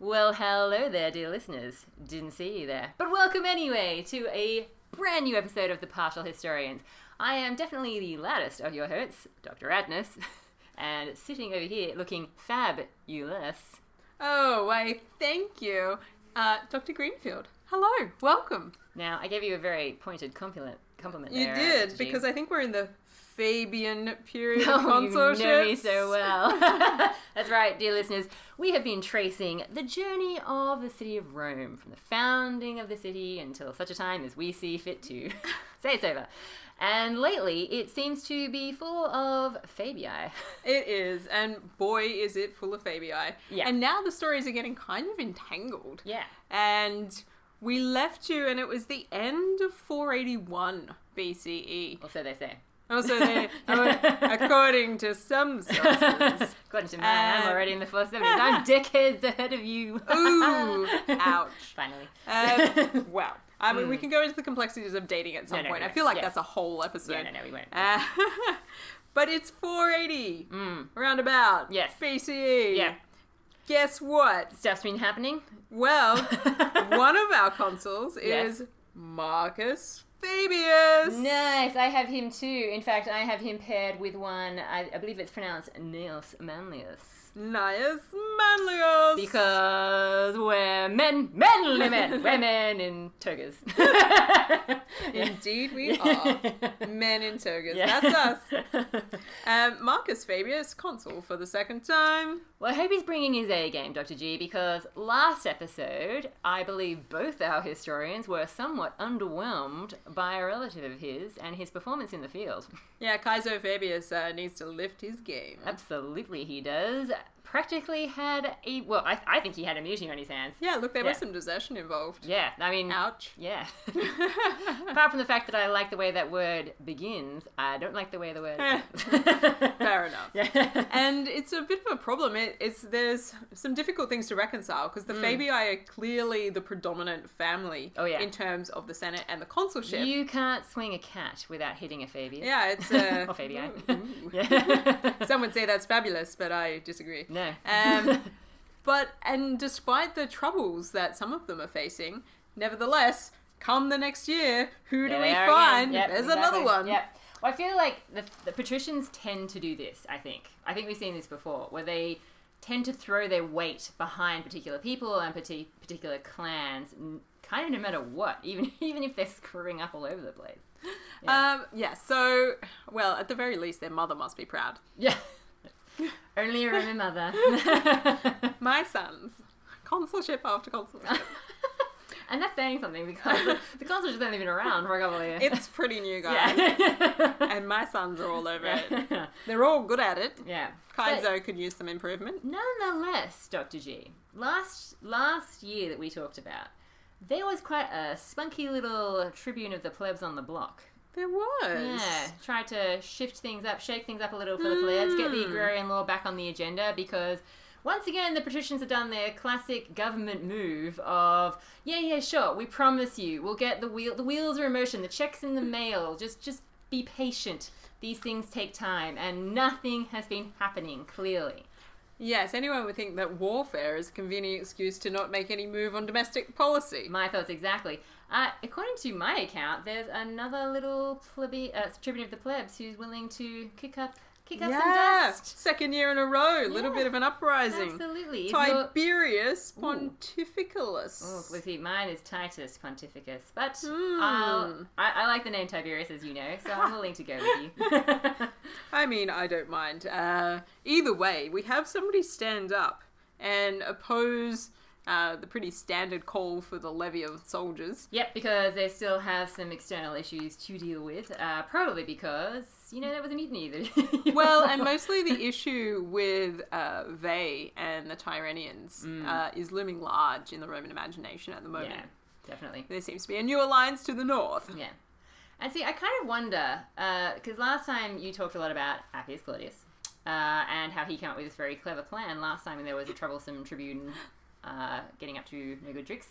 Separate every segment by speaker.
Speaker 1: Well, hello there, dear listeners. Didn't see you there. But welcome anyway to a brand new episode of The Partial Historians. I am definitely the loudest of your hosts, Dr. Adness, and sitting over here looking fabulous.
Speaker 2: Oh, why, thank you. Uh, Dr. Greenfield, hello, welcome.
Speaker 1: Now, I gave you a very pointed compliment. Compliment.
Speaker 2: You
Speaker 1: there, uh,
Speaker 2: did,
Speaker 1: Dg.
Speaker 2: because I think we're in the Fabian period of
Speaker 1: Oh, you
Speaker 2: consortium.
Speaker 1: know me so well. That's right, dear listeners. We have been tracing the journey of the city of Rome from the founding of the city until such a time as we see fit to say it's over. And lately, it seems to be full of fabii.
Speaker 2: It is, and boy, is it full of Fabii.
Speaker 1: Yeah.
Speaker 2: And now the stories are getting kind of entangled.
Speaker 1: Yeah.
Speaker 2: And we left you, and it was the end of 481 BCE.
Speaker 1: Or so they say.
Speaker 2: E. Also, they, according to some sources.
Speaker 1: According to mine, I'm
Speaker 2: Uh,
Speaker 1: already in the 470s. I'm decades ahead of you.
Speaker 2: Ooh, ouch.
Speaker 1: Finally.
Speaker 2: Um, wow. I mean, we can go into the complexities of dating at some
Speaker 1: no,
Speaker 2: point.
Speaker 1: no,
Speaker 2: I feel like
Speaker 1: yeah.
Speaker 2: that's a whole episode.
Speaker 1: yeah, no, no, we won't.
Speaker 2: Uh, but it's 480
Speaker 1: Mm.
Speaker 2: roundabout.
Speaker 1: Yes.
Speaker 2: BCE.
Speaker 1: Yeah.
Speaker 2: Guess what?
Speaker 1: Stuff's been happening.
Speaker 2: Well, one of our consuls
Speaker 1: Yes.
Speaker 2: is Marcus Fabius.
Speaker 1: Nice. I have him too. In fact, I have him paired with one. I, I believe it's pronounced Neos Manlius.
Speaker 2: Gnaeus Manlius.
Speaker 1: Because we're men, manly men, women in togas.
Speaker 2: Indeed, we are men in togas. That's us. Um, Marcus Fabius, consul for the second time.
Speaker 1: Well, I hope he's bringing his A game, Dr. G, because last episode, I believe both our historians were somewhat underwhelmed by a relative of his and his performance in the field.
Speaker 2: Yeah, Kaiser Fabius uh, needs to lift his game.
Speaker 1: Absolutely, he does. Practically had a. Well, I, I think he had a mutiny on his hands.
Speaker 2: Yeah, look, there
Speaker 1: Yeah.
Speaker 2: was some desertion involved.
Speaker 1: Yeah, I mean.
Speaker 2: Ouch.
Speaker 1: Yeah. Apart from the fact that I like the way that word begins, I don't like the way the word.
Speaker 2: Eh. Fair enough.
Speaker 1: Yeah.
Speaker 2: And it's a bit of a problem. It, it's there's some difficult things to reconcile because the Fabii are clearly the predominant family
Speaker 1: Mm. Oh, yeah.
Speaker 2: in terms of the Senate and the consulship.
Speaker 1: You can't swing a cat without hitting a Fabian.
Speaker 2: yeah, it's uh,
Speaker 1: or Fabian.
Speaker 2: ooh, ooh.
Speaker 1: Yeah.
Speaker 2: Some would say that's fabulous, but I disagree.
Speaker 1: no.
Speaker 2: Um, But and despite the troubles that some of them are facing, nevertheless, come the next year, who do
Speaker 1: There
Speaker 2: we
Speaker 1: again.
Speaker 2: find?
Speaker 1: Yep,
Speaker 2: There's
Speaker 1: exactly.
Speaker 2: another one.
Speaker 1: Yep. Well, I feel like the, the patricians tend to do this, I think. I think we've seen this before, where they tend to throw their weight behind particular people and parti- particular clans, n- kind of no matter what, even, even if they're screwing up all over the place.
Speaker 2: Um, yeah, so, well, at the very least, their mother must be proud.
Speaker 1: Yeah. Only a Roman mother.
Speaker 2: My sons. Consulship after consulship.
Speaker 1: and that's saying something because the consoles just haven't been around for a couple of years.
Speaker 2: It's pretty new, guys.
Speaker 1: yeah.
Speaker 2: And my sons are all over it.
Speaker 1: yeah.
Speaker 2: They're all good at it.
Speaker 1: yeah. But
Speaker 2: Kaizo could use some improvement.
Speaker 1: nonetheless, Dr. G, last last year that we talked about, there was quite a spunky little tribune of the plebs on the block.
Speaker 2: There was.
Speaker 1: Yeah, tried to shift things up, shake things up a little for the plebs, get the
Speaker 2: Mm.
Speaker 1: agrarian law back on the agenda because once again the patricians have done their classic government move of yeah, yeah, sure, we promise you, we'll get the wheel, the wheels are in motion, the checks in the mail, just just be patient. These things take time, and nothing has been happening clearly.
Speaker 2: Yes, anyone would think that warfare is a convenient excuse to not make any move on domestic policy.
Speaker 1: My thoughts exactly. Uh, according to my account, there's another little plebe, uh, tribune of the plebs who's willing to kick up, kick up some dust.
Speaker 2: Second year in a row, a little
Speaker 1: Yeah.
Speaker 2: bit of an uprising.
Speaker 1: Absolutely. If you're-
Speaker 2: Tiberius
Speaker 1: Ooh.
Speaker 2: Pontificalis.
Speaker 1: Oh, well, see, mine is Titus Pontificus, but
Speaker 2: Hmm.
Speaker 1: I'll, I, I like the name Tiberius, as you know, so I'm willing to go with you.
Speaker 2: I mean, I don't mind. Uh, either way, we have somebody stand up and oppose uh, the pretty standard call for the levy of soldiers.
Speaker 1: yep, because they still have some external issues to deal with, uh, probably because, you know, there was a mutiny. That
Speaker 2: Well, and mostly the issue with uh, Vey and the Tyrrhenians uh, is looming large in the Roman imagination at the moment.
Speaker 1: Mm. Yeah, definitely.
Speaker 2: There seems to be a new alliance to the north.
Speaker 1: Yeah. And see, I kind of wonder, because last time you talked a lot about Appius Claudius uh, and how he came up with this very clever plan last time when there was a troublesome tribune uh, getting up to no good tricks,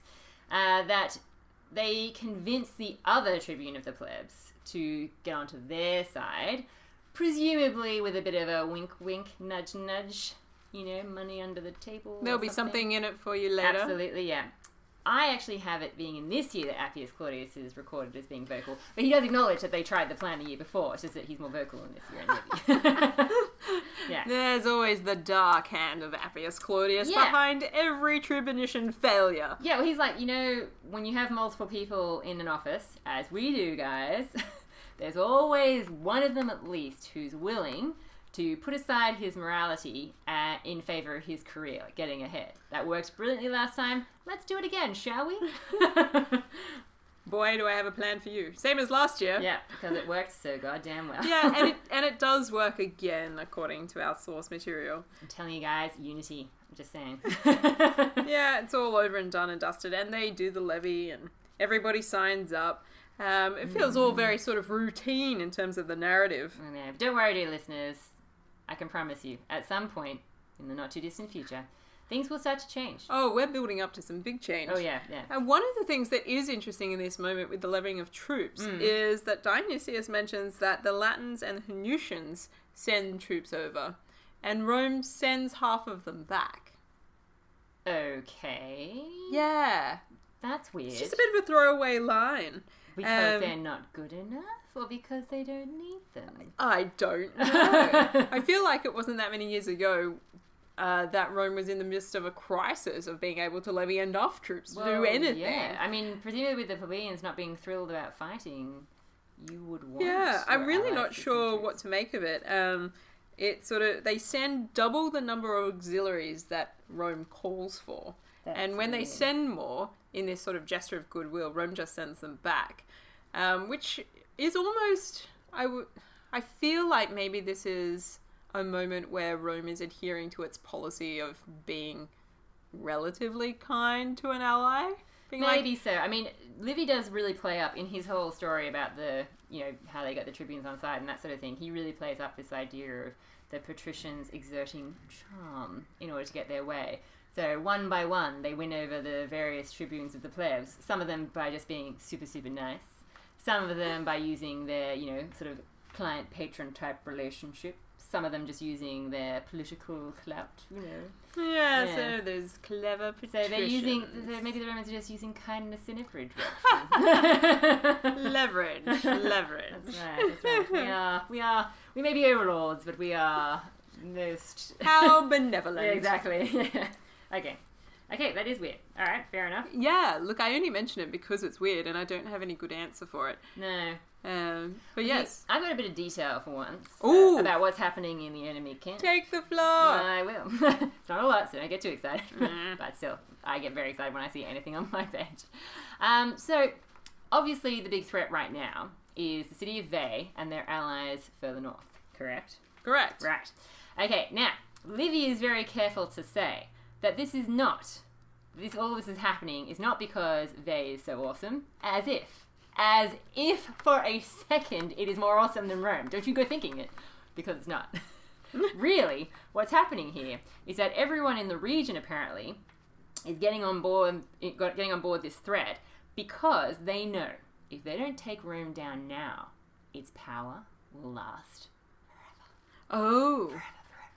Speaker 1: uh, that they convinced the other tribune of the plebs to get onto their side, presumably with a bit of a wink wink, nudge nudge. you know, money under the table. or
Speaker 2: There'll be something in it for you later.
Speaker 1: Absolutely, yeah. I actually have it being in this year that Appius Claudius is recorded as being vocal, but he does acknowledge that they tried the plan the year before. It's just that he's more vocal in this year. in the movie. yeah.
Speaker 2: There's always the dark hand of Appius Claudius
Speaker 1: Yeah.
Speaker 2: behind every tribunician failure.
Speaker 1: Yeah, well, he's like, you know, when you have multiple people in an office, as we do, guys, there's always one of them at least who's willing to put aside his morality uh, in favor of his career, like getting ahead. That worked brilliantly last time. Let's do it again, shall we?
Speaker 2: Boy, do I have a plan for you. Same as last year.
Speaker 1: yeah, because it worked so goddamn well.
Speaker 2: yeah, and it and it does work again according to our source material.
Speaker 1: I'm telling you guys, unity. I'm just saying.
Speaker 2: Yeah, it's all over and done and dusted, and they do the levy, and everybody signs up. Um, it feels all very sort of routine in terms of the narrative.
Speaker 1: I know, but don't worry, dear listeners. I can promise you, at some point in the not too distant future, things will start to change.
Speaker 2: Oh, we're building up to some big change.
Speaker 1: Oh yeah, yeah.
Speaker 2: And one of the things that is interesting in this moment with the levying of troops
Speaker 1: Mm.
Speaker 2: is that Dionysius mentions that the Latins and the Hanusians send troops over, and Rome sends half of them back.
Speaker 1: Okay.
Speaker 2: Yeah.
Speaker 1: That's weird.
Speaker 2: It's just a bit of a throwaway line.
Speaker 1: because
Speaker 2: um,
Speaker 1: they're not good enough or because they don't need them?
Speaker 2: I don't know. I feel like it wasn't that many years ago uh, that Rome was in the midst of a crisis of being able to levy enough troops to do
Speaker 1: Well,
Speaker 2: anything.
Speaker 1: Yeah. I mean, presumably with the plebeians not being thrilled about fighting, you would want.
Speaker 2: Yeah, I'm
Speaker 1: your
Speaker 2: really
Speaker 1: allies
Speaker 2: not
Speaker 1: to
Speaker 2: sure
Speaker 1: send
Speaker 2: what to make of it. Um, it sort of they send double the number of auxiliaries that Rome calls for,
Speaker 1: That's
Speaker 2: and when they
Speaker 1: weird.
Speaker 2: send more in this sort of gesture of goodwill, Rome just sends them back, um, which is almost I would I feel like maybe this is a moment where Rome is adhering to its policy of being relatively kind to an ally. Being like,
Speaker 1: Maybe so. I mean, Livy does really play up in his whole story about the, you know, how they got the tribunes on side and that sort of thing. He really plays up this idea of the patricians exerting charm in order to get their way. So one by one, they win over the various tribunes of the plebs. Some of them by just being super, super nice. Some of them by using their, you know, sort of client patron type relationship. Some of them just using their political clout, you know.
Speaker 2: yeah,
Speaker 1: Yeah.
Speaker 2: so there's clever.
Speaker 1: So they're using.
Speaker 2: patricians.
Speaker 1: So maybe the Romans are just using kindness in every direction.
Speaker 2: leverage, leverage.
Speaker 1: that's right. That's right. We are. We are. We may be overlords, but we are most.
Speaker 2: How
Speaker 1: Yeah,
Speaker 2: benevolent.
Speaker 1: exactly. okay. Okay, that is weird. All right, fair enough.
Speaker 2: Yeah, look, I only mention it because it's weird and I don't have any good answer for it.
Speaker 1: No.
Speaker 2: Um, but yes,
Speaker 1: I've got a bit of detail for once. uh,
Speaker 2: Ooh.
Speaker 1: about what's happening in the enemy camp.
Speaker 2: take the floor.
Speaker 1: I will. it's not a lot, so don't get too excited.
Speaker 2: Mm.
Speaker 1: but still, I get very excited when I see anything on my page. Um, so, obviously, the big threat right now is the city of Vey and their allies further north, correct?
Speaker 2: Correct.
Speaker 1: Right. Okay, now, Livy is very careful to say that this is not, this all this is happening is not because Vey is so awesome, as if, as if for a second it is more awesome than Rome. Don't you go thinking it, because it's not. really, what's happening here is that everyone in the region apparently is getting on board it got- getting on board this threat because they know if they don't take Rome down now, its power will last
Speaker 2: Oh.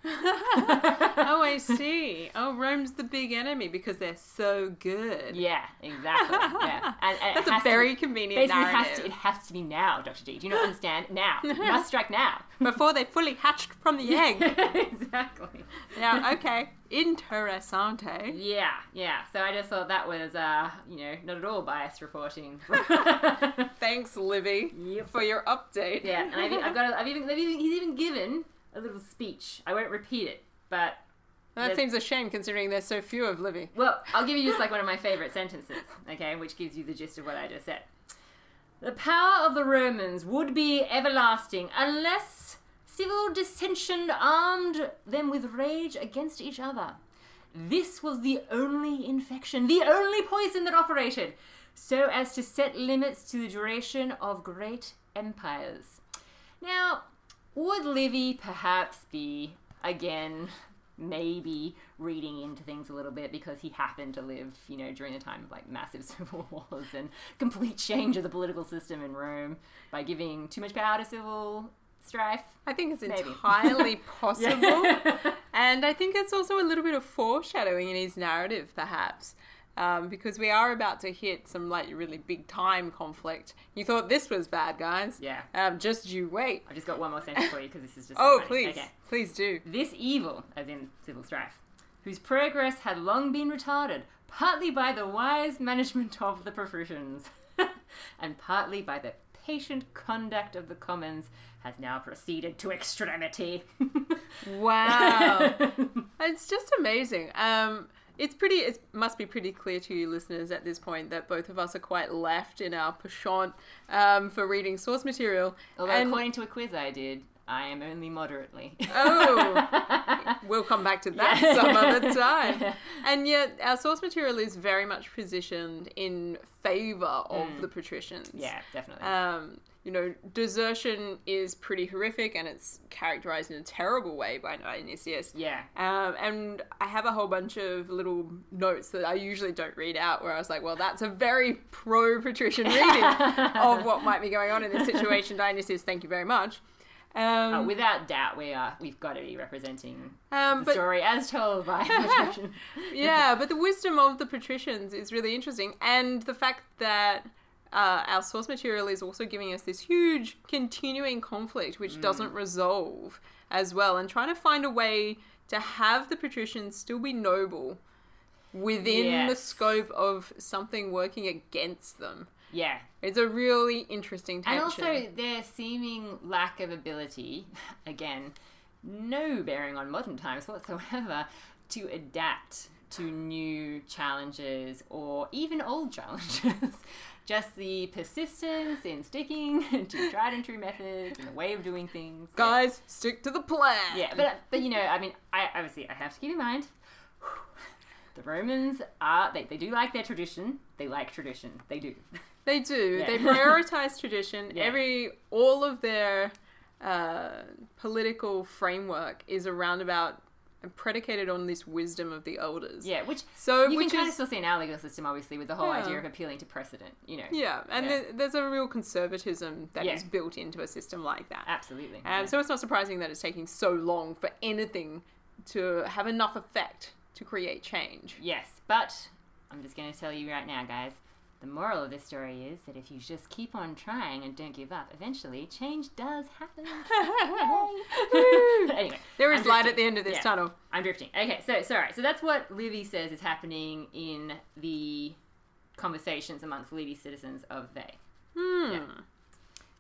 Speaker 2: oh, I see. Oh, Rome's the big enemy because they're so good.
Speaker 1: Yeah, exactly. Yeah, and, and it
Speaker 2: That's a
Speaker 1: has to-
Speaker 2: very convenient
Speaker 1: basically it
Speaker 2: narrative.
Speaker 1: has to it has to be now, Doctor D. Do you not understand? Now, you must strike now.
Speaker 2: Before they fully hatched from the egg.
Speaker 1: exactly.
Speaker 2: yeah, okay. Interessante.
Speaker 1: Yeah, yeah. So I just thought that was, uh, you know, not at all biased reporting. yeah,
Speaker 2: Thanks, Livy,
Speaker 1: Yep.
Speaker 2: for your update.
Speaker 1: and I've, I've got, a, I've even, they've even, he's even given a little speech. I won't repeat it, but
Speaker 2: That seems a shame considering there's so few of Livy.
Speaker 1: Well, I'll give you just like one of my favorite sentences, okay, which gives you the gist of what I just said. The power of the Romans would be everlasting unless civil dissension armed them with rage against each other. This was the only infection, the only poison that operated, so as to set limits to the duration of great empires. Now, would Livy perhaps be, again, maybe reading into things a little bit because he happened to live, you know, during a time of like massive civil wars and complete change of the political system in Rome by giving too much power to civil strife.
Speaker 2: I think it's
Speaker 1: Maybe.
Speaker 2: entirely possible.
Speaker 1: Yeah.
Speaker 2: And I think it's also a little bit of foreshadowing in his narrative, perhaps, um, because we are about to hit some like really big time conflict. You thought this was bad, guys.
Speaker 1: yeah.
Speaker 2: Um, just you wait.
Speaker 1: I've just got one more sentence for you because this is just. so
Speaker 2: Oh,
Speaker 1: funny.
Speaker 2: please,
Speaker 1: Okay.
Speaker 2: please do.
Speaker 1: This evil, as in civil strife, whose progress had long been retarded, partly by the wise management of the patricians, and partly by the patient conduct of the commons, has now proceeded to extremity.
Speaker 2: Wow, it's just amazing. Um, it's pretty. It must be pretty clear to you listeners at this point that both of us are quite left in our penchant um, for reading source material.
Speaker 1: Although,
Speaker 2: And-
Speaker 1: according to a quiz I did, I am only moderately.
Speaker 2: Oh. We'll come back to that
Speaker 1: Yeah.
Speaker 2: some other time. And yet, our source material is very much positioned in favor of the patricians.
Speaker 1: Mm. yeah, definitely.
Speaker 2: Um, you know, desertion is pretty horrific and it's characterized in a terrible way by Dionysius.
Speaker 1: yeah.
Speaker 2: Um, and I have a whole bunch of little notes that I usually don't read out where I was like, well, that's a very pro patrician reading of what might be going on in this situation. Dionysius, thank you very much. Um,
Speaker 1: Uh, without doubt, we are. We've got to be representing
Speaker 2: um,
Speaker 1: the
Speaker 2: but
Speaker 1: story as told by patrician.
Speaker 2: yeah, but the wisdom of the patricians is really interesting, and the fact that uh, our source material is also giving us this huge continuing conflict
Speaker 1: Mm.
Speaker 2: which doesn't resolve as well, and trying to find a way to have the patricians still be noble within the
Speaker 1: Yes.
Speaker 2: scope of something working against them.
Speaker 1: yeah,
Speaker 2: It's a really interesting tension.
Speaker 1: and also their seeming lack of ability, again, no bearing on modern times whatsoever, to adapt to new challenges or even old challenges. Just the persistence in sticking to tried and true methods and the way of doing things.
Speaker 2: guys, stick to the plan.
Speaker 1: Yeah, but but you know, I mean, I obviously I have to keep in mind the Romans are they, they do like their tradition. They like tradition. They do.
Speaker 2: They do.
Speaker 1: Yeah.
Speaker 2: They prioritize tradition.
Speaker 1: Yeah.
Speaker 2: Every all of their uh, political framework is around about and predicated on this wisdom of the elders.
Speaker 1: Yeah, which
Speaker 2: So
Speaker 1: you
Speaker 2: which
Speaker 1: can kind
Speaker 2: is
Speaker 1: of still see in our legal system, obviously, with the whole
Speaker 2: Yeah.
Speaker 1: idea of appealing to precedent. You know,
Speaker 2: yeah, and
Speaker 1: Yeah.
Speaker 2: there- there's a real conservatism that is
Speaker 1: Yeah.
Speaker 2: built into a system like that.
Speaker 1: absolutely.
Speaker 2: And so it's not surprising that it's taking so long for anything to have enough effect to create change.
Speaker 1: yes, but I'm just going to tell you right now, guys. The moral of this story is that if you just keep on trying and don't give up, eventually change does happen. anyway,
Speaker 2: There is
Speaker 1: I'm
Speaker 2: light
Speaker 1: drifting.
Speaker 2: at the end of this
Speaker 1: Yeah.
Speaker 2: tunnel.
Speaker 1: I'm drifting. Okay, so sorry. So that's what Livy says is happening in the conversations amongst Livy citizens of they.
Speaker 2: Hmm.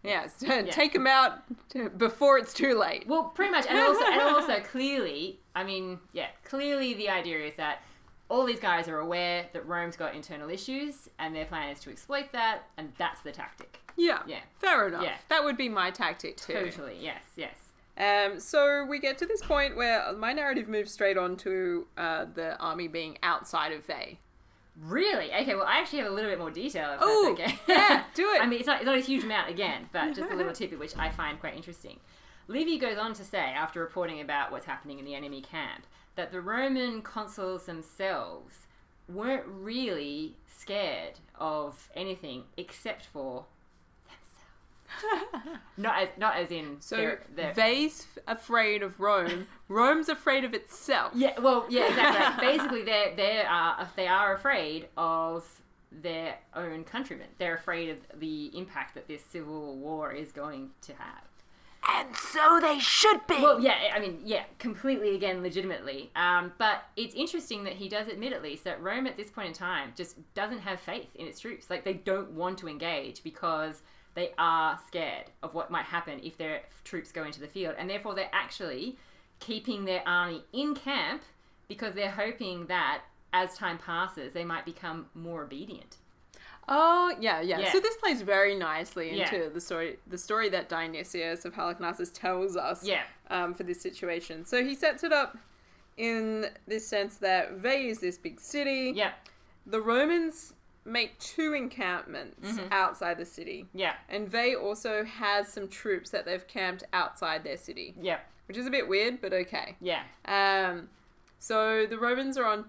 Speaker 2: Yes, take them out t- before it's too late.
Speaker 1: Well, pretty much, and also, and also clearly, I mean, yeah, clearly the idea is that all these guys are aware that Rome's got internal issues, and their plan is to exploit that, and that's the tactic.
Speaker 2: Yeah.
Speaker 1: Yeah.
Speaker 2: Fair enough.
Speaker 1: Yeah.
Speaker 2: That would be my tactic too.
Speaker 1: Totally. Yes. Yes.
Speaker 2: Um, so we get to this point where my narrative moves straight on to uh, the army being outside of Vey.
Speaker 1: Really? Okay. Well, I actually have a little bit more detail. If
Speaker 2: Ooh,
Speaker 1: that's okay.
Speaker 2: yeah, do it.
Speaker 1: I mean, it's not, it's not a huge amount again, but just a little tidbit which I find quite interesting. Livy goes on to say, after reporting about what's happening in the enemy camp, that the Roman consuls themselves weren't really scared of anything except for themselves. not as not as in
Speaker 2: So
Speaker 1: their- their-
Speaker 2: Vey's afraid of Rome. Rome's afraid of itself.
Speaker 1: yeah, well, yeah, exactly. Basically, they they are they are afraid of their own countrymen. They're afraid of the impact that this civil war is going to have.
Speaker 2: And so they should be.
Speaker 1: Well, yeah, I mean, yeah, completely again, legitimately. Um, but it's interesting that he does admit at least that Rome at this point in time just doesn't have faith in its troops. Like they don't want to engage because they are scared of what might happen if their troops go into the field, and therefore they're actually keeping their army in camp because they're hoping that as time passes they might become more obedient.
Speaker 2: oh yeah, yeah,
Speaker 1: Yeah.
Speaker 2: So this plays very nicely
Speaker 1: Yeah.
Speaker 2: into the story, the story that Dionysius of Halicarnassus tells us.
Speaker 1: Yeah.
Speaker 2: um, for this situation. So he sets it up in this sense that Vey is this big city.
Speaker 1: Yeah.
Speaker 2: The Romans make two encampments
Speaker 1: Mm-hmm.
Speaker 2: outside the city.
Speaker 1: Yeah.
Speaker 2: And Vey also has some troops that they've camped outside their city,
Speaker 1: Yeah.
Speaker 2: which is a bit weird, but okay.
Speaker 1: Yeah.
Speaker 2: Um, so the Romans are on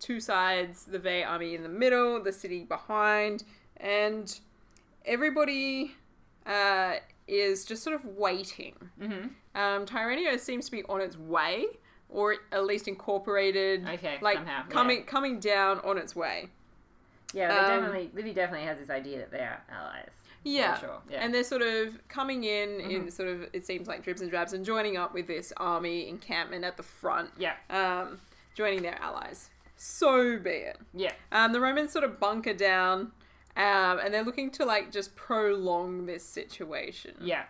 Speaker 2: two sides, the Vey army in the middle, the city behind, and everybody uh, is just sort of waiting.
Speaker 1: Mm-hmm.
Speaker 2: Um, Tyrannia seems to be on its way, or at least incorporated,
Speaker 1: Okay,
Speaker 2: like
Speaker 1: somehow, yeah.
Speaker 2: coming coming down on its way.
Speaker 1: Yeah, they
Speaker 2: Um,
Speaker 1: definitely Livy definitely has this idea that they are allies.
Speaker 2: Yeah.
Speaker 1: For sure. Yeah. Mm-hmm.
Speaker 2: And they're sort of coming in in sort of it seems like dribs and drabs and joining up with this army encampment at the front,
Speaker 1: yeah.
Speaker 2: um, joining their allies. So be it.
Speaker 1: Yeah.
Speaker 2: Um, the Romans sort of bunker down, um, and they're looking to like just prolong this situation.
Speaker 1: Yeah.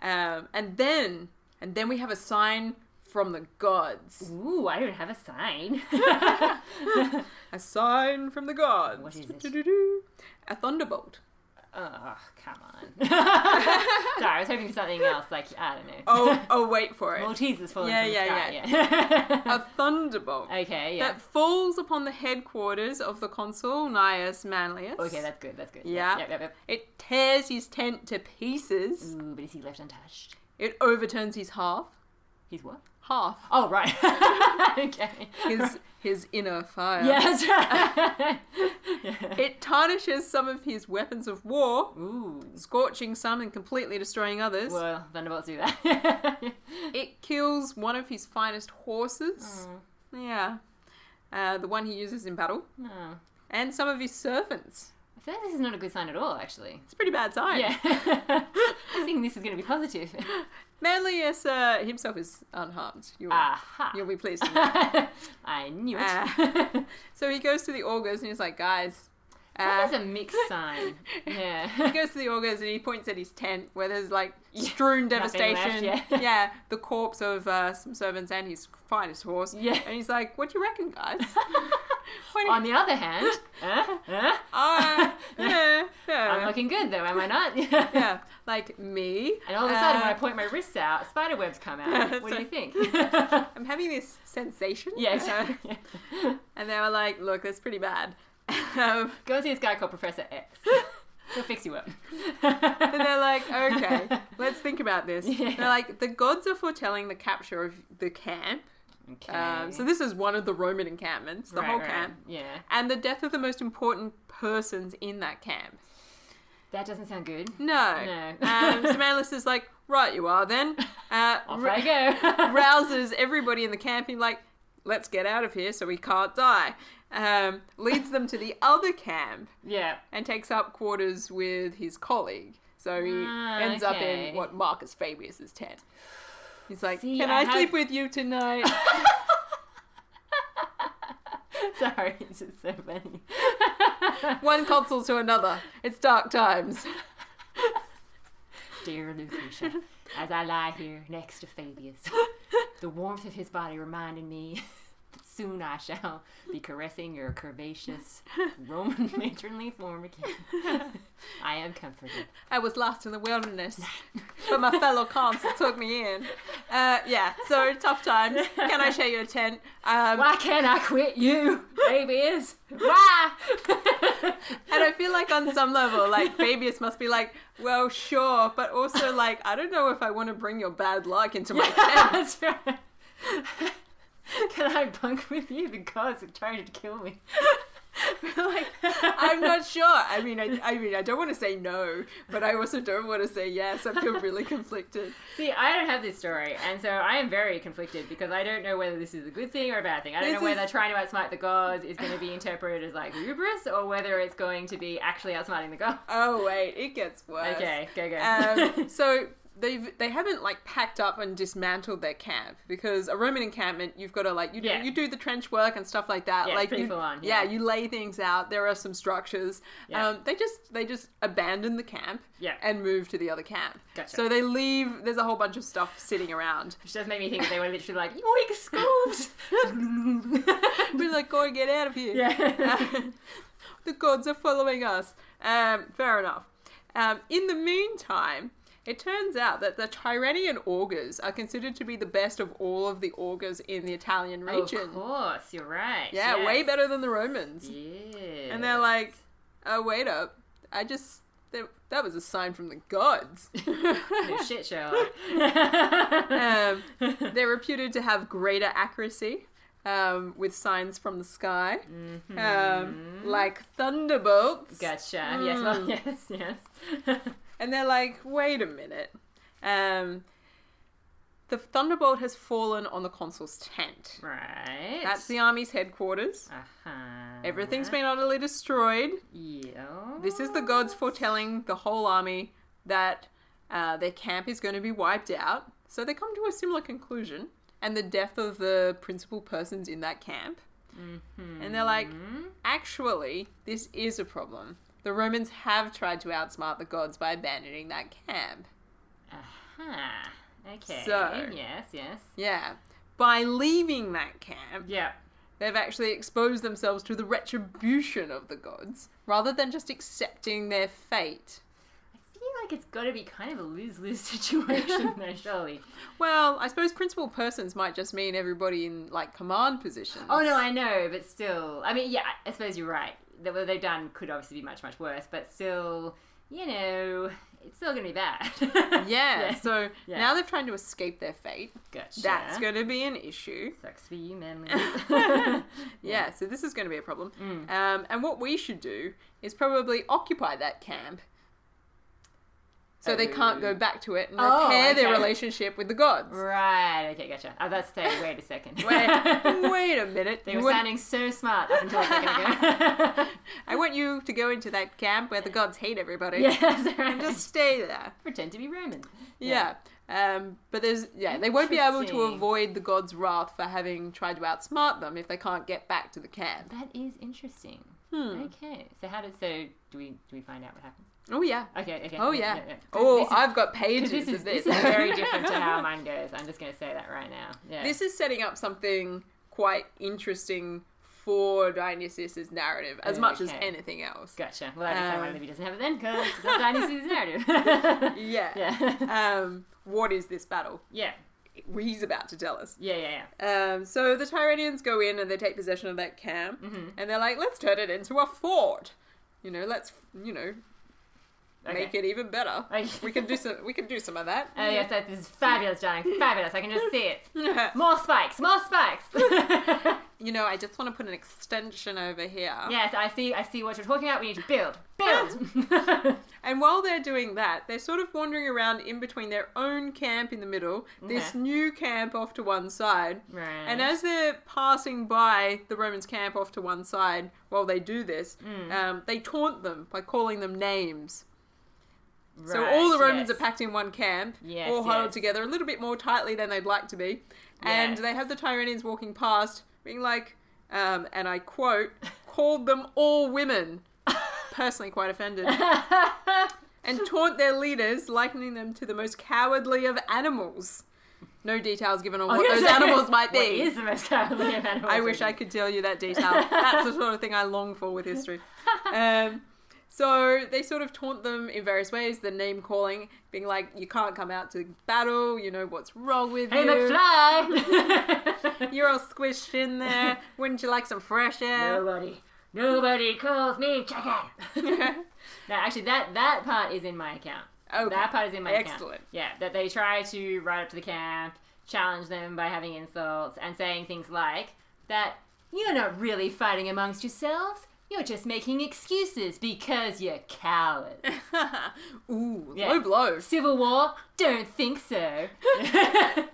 Speaker 2: Um, and then and then we have a sign from the gods.
Speaker 1: Ooh, I don't have a sign.
Speaker 2: A sign from the gods.
Speaker 1: What is it?
Speaker 2: Do-do-do. A thunderbolt.
Speaker 1: oh, come on. Sorry, I was hoping for something else. Like I don't know.
Speaker 2: Oh, oh, wait for it.
Speaker 1: Maltesers falling
Speaker 2: Yeah,
Speaker 1: from
Speaker 2: yeah,
Speaker 1: the sky. Yeah.
Speaker 2: A thunderbolt.
Speaker 1: okay. Yeah.
Speaker 2: That falls upon the headquarters of the consul, Gnaeus Manlius.
Speaker 1: Okay, that's good. That's good.
Speaker 2: Yeah.
Speaker 1: Yep, yep, yep.
Speaker 2: It tears his tent to pieces.
Speaker 1: Ooh, but is he left untouched?
Speaker 2: It overturns his half.
Speaker 1: He's what?
Speaker 2: Half.
Speaker 1: Oh, right. okay.
Speaker 2: His, his inner fire.
Speaker 1: Yeah, that's right. yeah.
Speaker 2: It tarnishes some of his weapons of war,
Speaker 1: Ooh.
Speaker 2: scorching some and completely destroying others.
Speaker 1: Well, Thunderbolts do that.
Speaker 2: It kills one of his finest horses.
Speaker 1: Mm.
Speaker 2: Yeah. Uh, the one he uses in battle.
Speaker 1: No.
Speaker 2: And some of his
Speaker 1: Hmm.
Speaker 2: servants.
Speaker 1: I feel like this is not a good sign at all, actually.
Speaker 2: It's a pretty bad sign.
Speaker 1: Yeah. I think this is going to be positive.
Speaker 2: Manlius uh, himself is unharmed. You'll,
Speaker 1: Aha.
Speaker 2: you'll be pleased to know.
Speaker 1: I knew it.
Speaker 2: Ah. So he goes to the augurs and he's like, guys. Uh,
Speaker 1: that is a mixed sign. Yeah.
Speaker 2: he goes to the augurs and he points at his tent where there's like strewn
Speaker 1: Nothing left,
Speaker 2: devastation.
Speaker 1: yeah.
Speaker 2: the corpse of uh, some servants and his finest horse.
Speaker 1: Yeah.
Speaker 2: And he's like, what do you reckon, guys? Why
Speaker 1: On
Speaker 2: don't-
Speaker 1: the other hand, huh? Huh?
Speaker 2: uh, yeah,
Speaker 1: I'm
Speaker 2: yeah,
Speaker 1: looking good though, am I not? and
Speaker 2: yeah, like me.
Speaker 1: all of a sudden, when I
Speaker 2: uh,
Speaker 1: point my wrists out, spider webs come out. What do you think?
Speaker 2: I'm having this sensation.
Speaker 1: yeah,
Speaker 2: Uh,
Speaker 1: exactly.
Speaker 2: and they were like, look, that's pretty bad. um,
Speaker 1: Go and see this guy called Professor X. He'll fix you up.
Speaker 2: And they're like, okay, let's think about this.
Speaker 1: Yeah.
Speaker 2: They're like, the gods are foretelling the capture of the camp.
Speaker 1: Okay.
Speaker 2: Um, so this is one of the Roman encampments, the
Speaker 1: Right,
Speaker 2: whole
Speaker 1: right.
Speaker 2: camp,
Speaker 1: Yeah.
Speaker 2: and the death of the most important persons in that camp.
Speaker 1: That doesn't sound good.
Speaker 2: No.
Speaker 1: No.
Speaker 2: um, so Manlius is like, right, you are then. Uh,
Speaker 1: Off
Speaker 2: r-
Speaker 1: I go.
Speaker 2: rouses everybody in the camp. He's like, let's get out of here so we can't die. Um, leads them to the other camp
Speaker 1: yeah.
Speaker 2: and takes up quarters with his colleague. So he
Speaker 1: Ah,
Speaker 2: ends up
Speaker 1: okay.
Speaker 2: in what Marcus Fabius's tent. He's like,
Speaker 1: See,
Speaker 2: "Can
Speaker 1: I
Speaker 2: I,
Speaker 1: have-
Speaker 2: sleep with you tonight?"
Speaker 1: Sorry, it's just so funny.
Speaker 2: One consul to another. It's dark times.
Speaker 1: Dear Lucretia, as I lie here next to Fabius, the warmth of his body reminded me that soon I shall be caressing your curvaceous Roman matronly form again. I am comforted.
Speaker 2: I was lost in the wilderness, but my fellow consul took me in. Uh, yeah, so tough times. Can I share your tent? Um,
Speaker 1: Why can't I quit you, Fabius? Why?
Speaker 2: And I feel like on some level, like Fabius must be like, "Well, sure," but also like, I don't know if I want to bring your bad luck into my tent.
Speaker 1: That's right. Can I bunk with you? The gods are trying to kill me.
Speaker 2: like I'm not sure. I mean, I, I mean, I don't want to say no, but I also don't want to say yes. I feel really conflicted.
Speaker 1: See, I don't have this story, and so I am very conflicted because I don't know whether this is a good thing or a bad thing. I don't
Speaker 2: This
Speaker 1: know whether
Speaker 2: is-
Speaker 1: trying to outsmart the gods is going to be interpreted as like hubris or whether it's going to be actually outsmarting the gods.
Speaker 2: Oh wait, it gets worse.
Speaker 1: Okay, go go.
Speaker 2: Um, so they've they haven't like packed up and dismantled their camp because a Roman encampment, you've got to like you do,
Speaker 1: Yeah.
Speaker 2: you do the trench work and stuff like that.
Speaker 1: Yeah, it's
Speaker 2: like
Speaker 1: pretty
Speaker 2: you,
Speaker 1: full on, yeah.
Speaker 2: you lay things out. There are some structures.
Speaker 1: Yeah.
Speaker 2: Um, they just they just abandon the camp.
Speaker 1: Yeah.
Speaker 2: And move to the other camp.
Speaker 1: Gotcha.
Speaker 2: So they leave. There's a whole bunch of stuff sitting around.
Speaker 1: Which does make me think that they were literally like, yoink, scoops!
Speaker 2: We're like, go and get out of here. Uh,
Speaker 1: yeah.
Speaker 2: the gods are following us. Um, fair enough. Um, in the meantime, it turns out that the Tyrannian augurs are considered to be the best of all of the augurs in the Italian region.
Speaker 1: Of course, you're right.
Speaker 2: yeah,
Speaker 1: yes.
Speaker 2: way better than the Romans.
Speaker 1: Yeah.
Speaker 2: And they're like, oh, wait up. I just. That, that was a sign from the gods.
Speaker 1: no shit, Sherlock. um,
Speaker 2: um, they're reputed to have greater accuracy um, with signs from the sky, um, like thunderbolts. Mm.
Speaker 1: gotcha. Yes, well, yes, yes.
Speaker 2: And they're like, wait a minute. Um, the Thunderbolt has fallen on the consul's tent.
Speaker 1: Right.
Speaker 2: That's the army's headquarters.
Speaker 1: Uh-huh.
Speaker 2: Everything's been utterly destroyed.
Speaker 1: Yeah.
Speaker 2: This is the gods foretelling the whole army that uh, their camp is going to be wiped out. So they come to a similar conclusion and the death of the principal persons in that camp. And they're like, actually, this is a problem. The Romans have tried to outsmart the gods by abandoning that camp.
Speaker 1: Uh-huh. Okay.
Speaker 2: So-
Speaker 1: Yes, yes.
Speaker 2: Yeah. By leaving that camp,
Speaker 1: Yeah.
Speaker 2: they've actually exposed themselves to the retribution of the gods rather than just accepting their fate.
Speaker 1: I feel like it's got to be kind of a lose lose situation, though, surely.
Speaker 2: Well, I suppose principal persons might just mean everybody in like command positions.
Speaker 1: Oh no, I know, but still, I mean, yeah, I suppose you're right. That what they've done could obviously be much, much worse, but still, you know, it's still gonna be bad.
Speaker 2: Yeah, so
Speaker 1: Yeah.
Speaker 2: now they're trying to escape their fate.
Speaker 1: gotcha.
Speaker 2: That's going to be an issue.
Speaker 1: Sucks for you, man.
Speaker 2: yeah. so this is going to be a problem.
Speaker 1: Mm.
Speaker 2: Um, and what we should do is probably occupy that camp so they can't go back to it and repair
Speaker 1: Oh,
Speaker 2: their
Speaker 1: okay.
Speaker 2: relationship with the gods.
Speaker 1: Right. Okay. Gotcha. Oh, that's the wait a second.
Speaker 2: Wait, wait a minute.
Speaker 1: They
Speaker 2: You
Speaker 1: were sounding
Speaker 2: wouldn't-
Speaker 1: so smart up until a second ago.
Speaker 2: I want you to go into that camp where the gods hate everybody
Speaker 1: yes, right.
Speaker 2: and just stay there.
Speaker 1: pretend to be Roman.
Speaker 2: Yeah. Um, but there's yeah, they won't be able to
Speaker 1: Interesting.
Speaker 2: avoid the gods' wrath for having tried to outsmart them if they can't get back to the camp.
Speaker 1: That is interesting.
Speaker 2: Hmm.
Speaker 1: Okay. So how did so do we do we find out what happens?
Speaker 2: Oh yeah.
Speaker 1: Okay. Okay.
Speaker 2: Oh yeah.
Speaker 1: 'Cause
Speaker 2: Oh,
Speaker 1: this is-
Speaker 2: I've got
Speaker 1: 'Cause
Speaker 2: pages
Speaker 1: this is,
Speaker 2: of this.
Speaker 1: this is very different to how mine goes. I'm just going to say that right now. Yeah.
Speaker 2: This is setting up something quite interesting for Dionysus's narrative, as much as
Speaker 1: Okay.
Speaker 2: anything else.
Speaker 1: gotcha. Well, I just
Speaker 2: Um,
Speaker 1: um, one of you doesn't have it then because it's not Dionysus' narrative.
Speaker 2: Yeah.
Speaker 1: yeah.
Speaker 2: Um, what is this battle?
Speaker 1: Yeah.
Speaker 2: He's about to tell us.
Speaker 1: Yeah. Yeah.
Speaker 2: Um, so the Tyranians go in and they take possession of that camp,
Speaker 1: Mhm.
Speaker 2: and they're like, "Let's turn it into a fort." You know, let's you know
Speaker 1: Yeah. Okay.
Speaker 2: make it even better.
Speaker 1: Okay.
Speaker 2: we can do some. We can do some of that.
Speaker 1: Oh yes, that this is fabulous, darling. Fabulous. I can just see it.
Speaker 2: yeah.
Speaker 1: More spikes. More spikes. yes,
Speaker 2: You know, I just want to put an extension over here.
Speaker 1: I see. I see what you're talking about. We need to build. Build.
Speaker 2: And while they're doing that, they're sort of wandering around in between their own camp in the middle, this
Speaker 1: Okay.
Speaker 2: new camp off to one side.
Speaker 1: right.
Speaker 2: And as they're passing by the Romans' camp off to one side while they do this,
Speaker 1: Mm.
Speaker 2: um, they taunt them by calling them names. so all the
Speaker 1: Right,
Speaker 2: Romans
Speaker 1: yes.
Speaker 2: are packed in one camp,
Speaker 1: Yes,
Speaker 2: all huddled
Speaker 1: yes.
Speaker 2: together a little bit more tightly than they'd like to be. And
Speaker 1: Yes.
Speaker 2: they have the Tyranians walking past, being like, um, and I quote, called them all women. Personally, quite offended and taunt their leaders, likening them to the most cowardly of animals. No details given on
Speaker 1: I was
Speaker 2: what
Speaker 1: gonna
Speaker 2: those
Speaker 1: say,
Speaker 2: animals might be.
Speaker 1: What is the most cowardly of animals?
Speaker 2: I wish I could tell you that detail. That's the sort of thing I long for with history. Um, so they sort of taunt them in various ways. The name calling, being like, "You can't come out to battle. You know what's wrong with
Speaker 1: Hey,
Speaker 2: you?
Speaker 1: McFly.
Speaker 2: You're all squished in there. Wouldn't you like some fresh air?"
Speaker 1: Nobody, nobody calls me chicken. no, actually, that that part is in my account.
Speaker 2: Okay.
Speaker 1: That part is in my account.
Speaker 2: Excellent.
Speaker 1: Yeah, that they try to ride up to the camp, challenge them by having insults and saying things like that. You're not really fighting amongst yourselves. You're just making excuses because you're cowards.
Speaker 2: Ooh,
Speaker 1: Yeah.
Speaker 2: low blow.
Speaker 1: Civil war? Don't think so.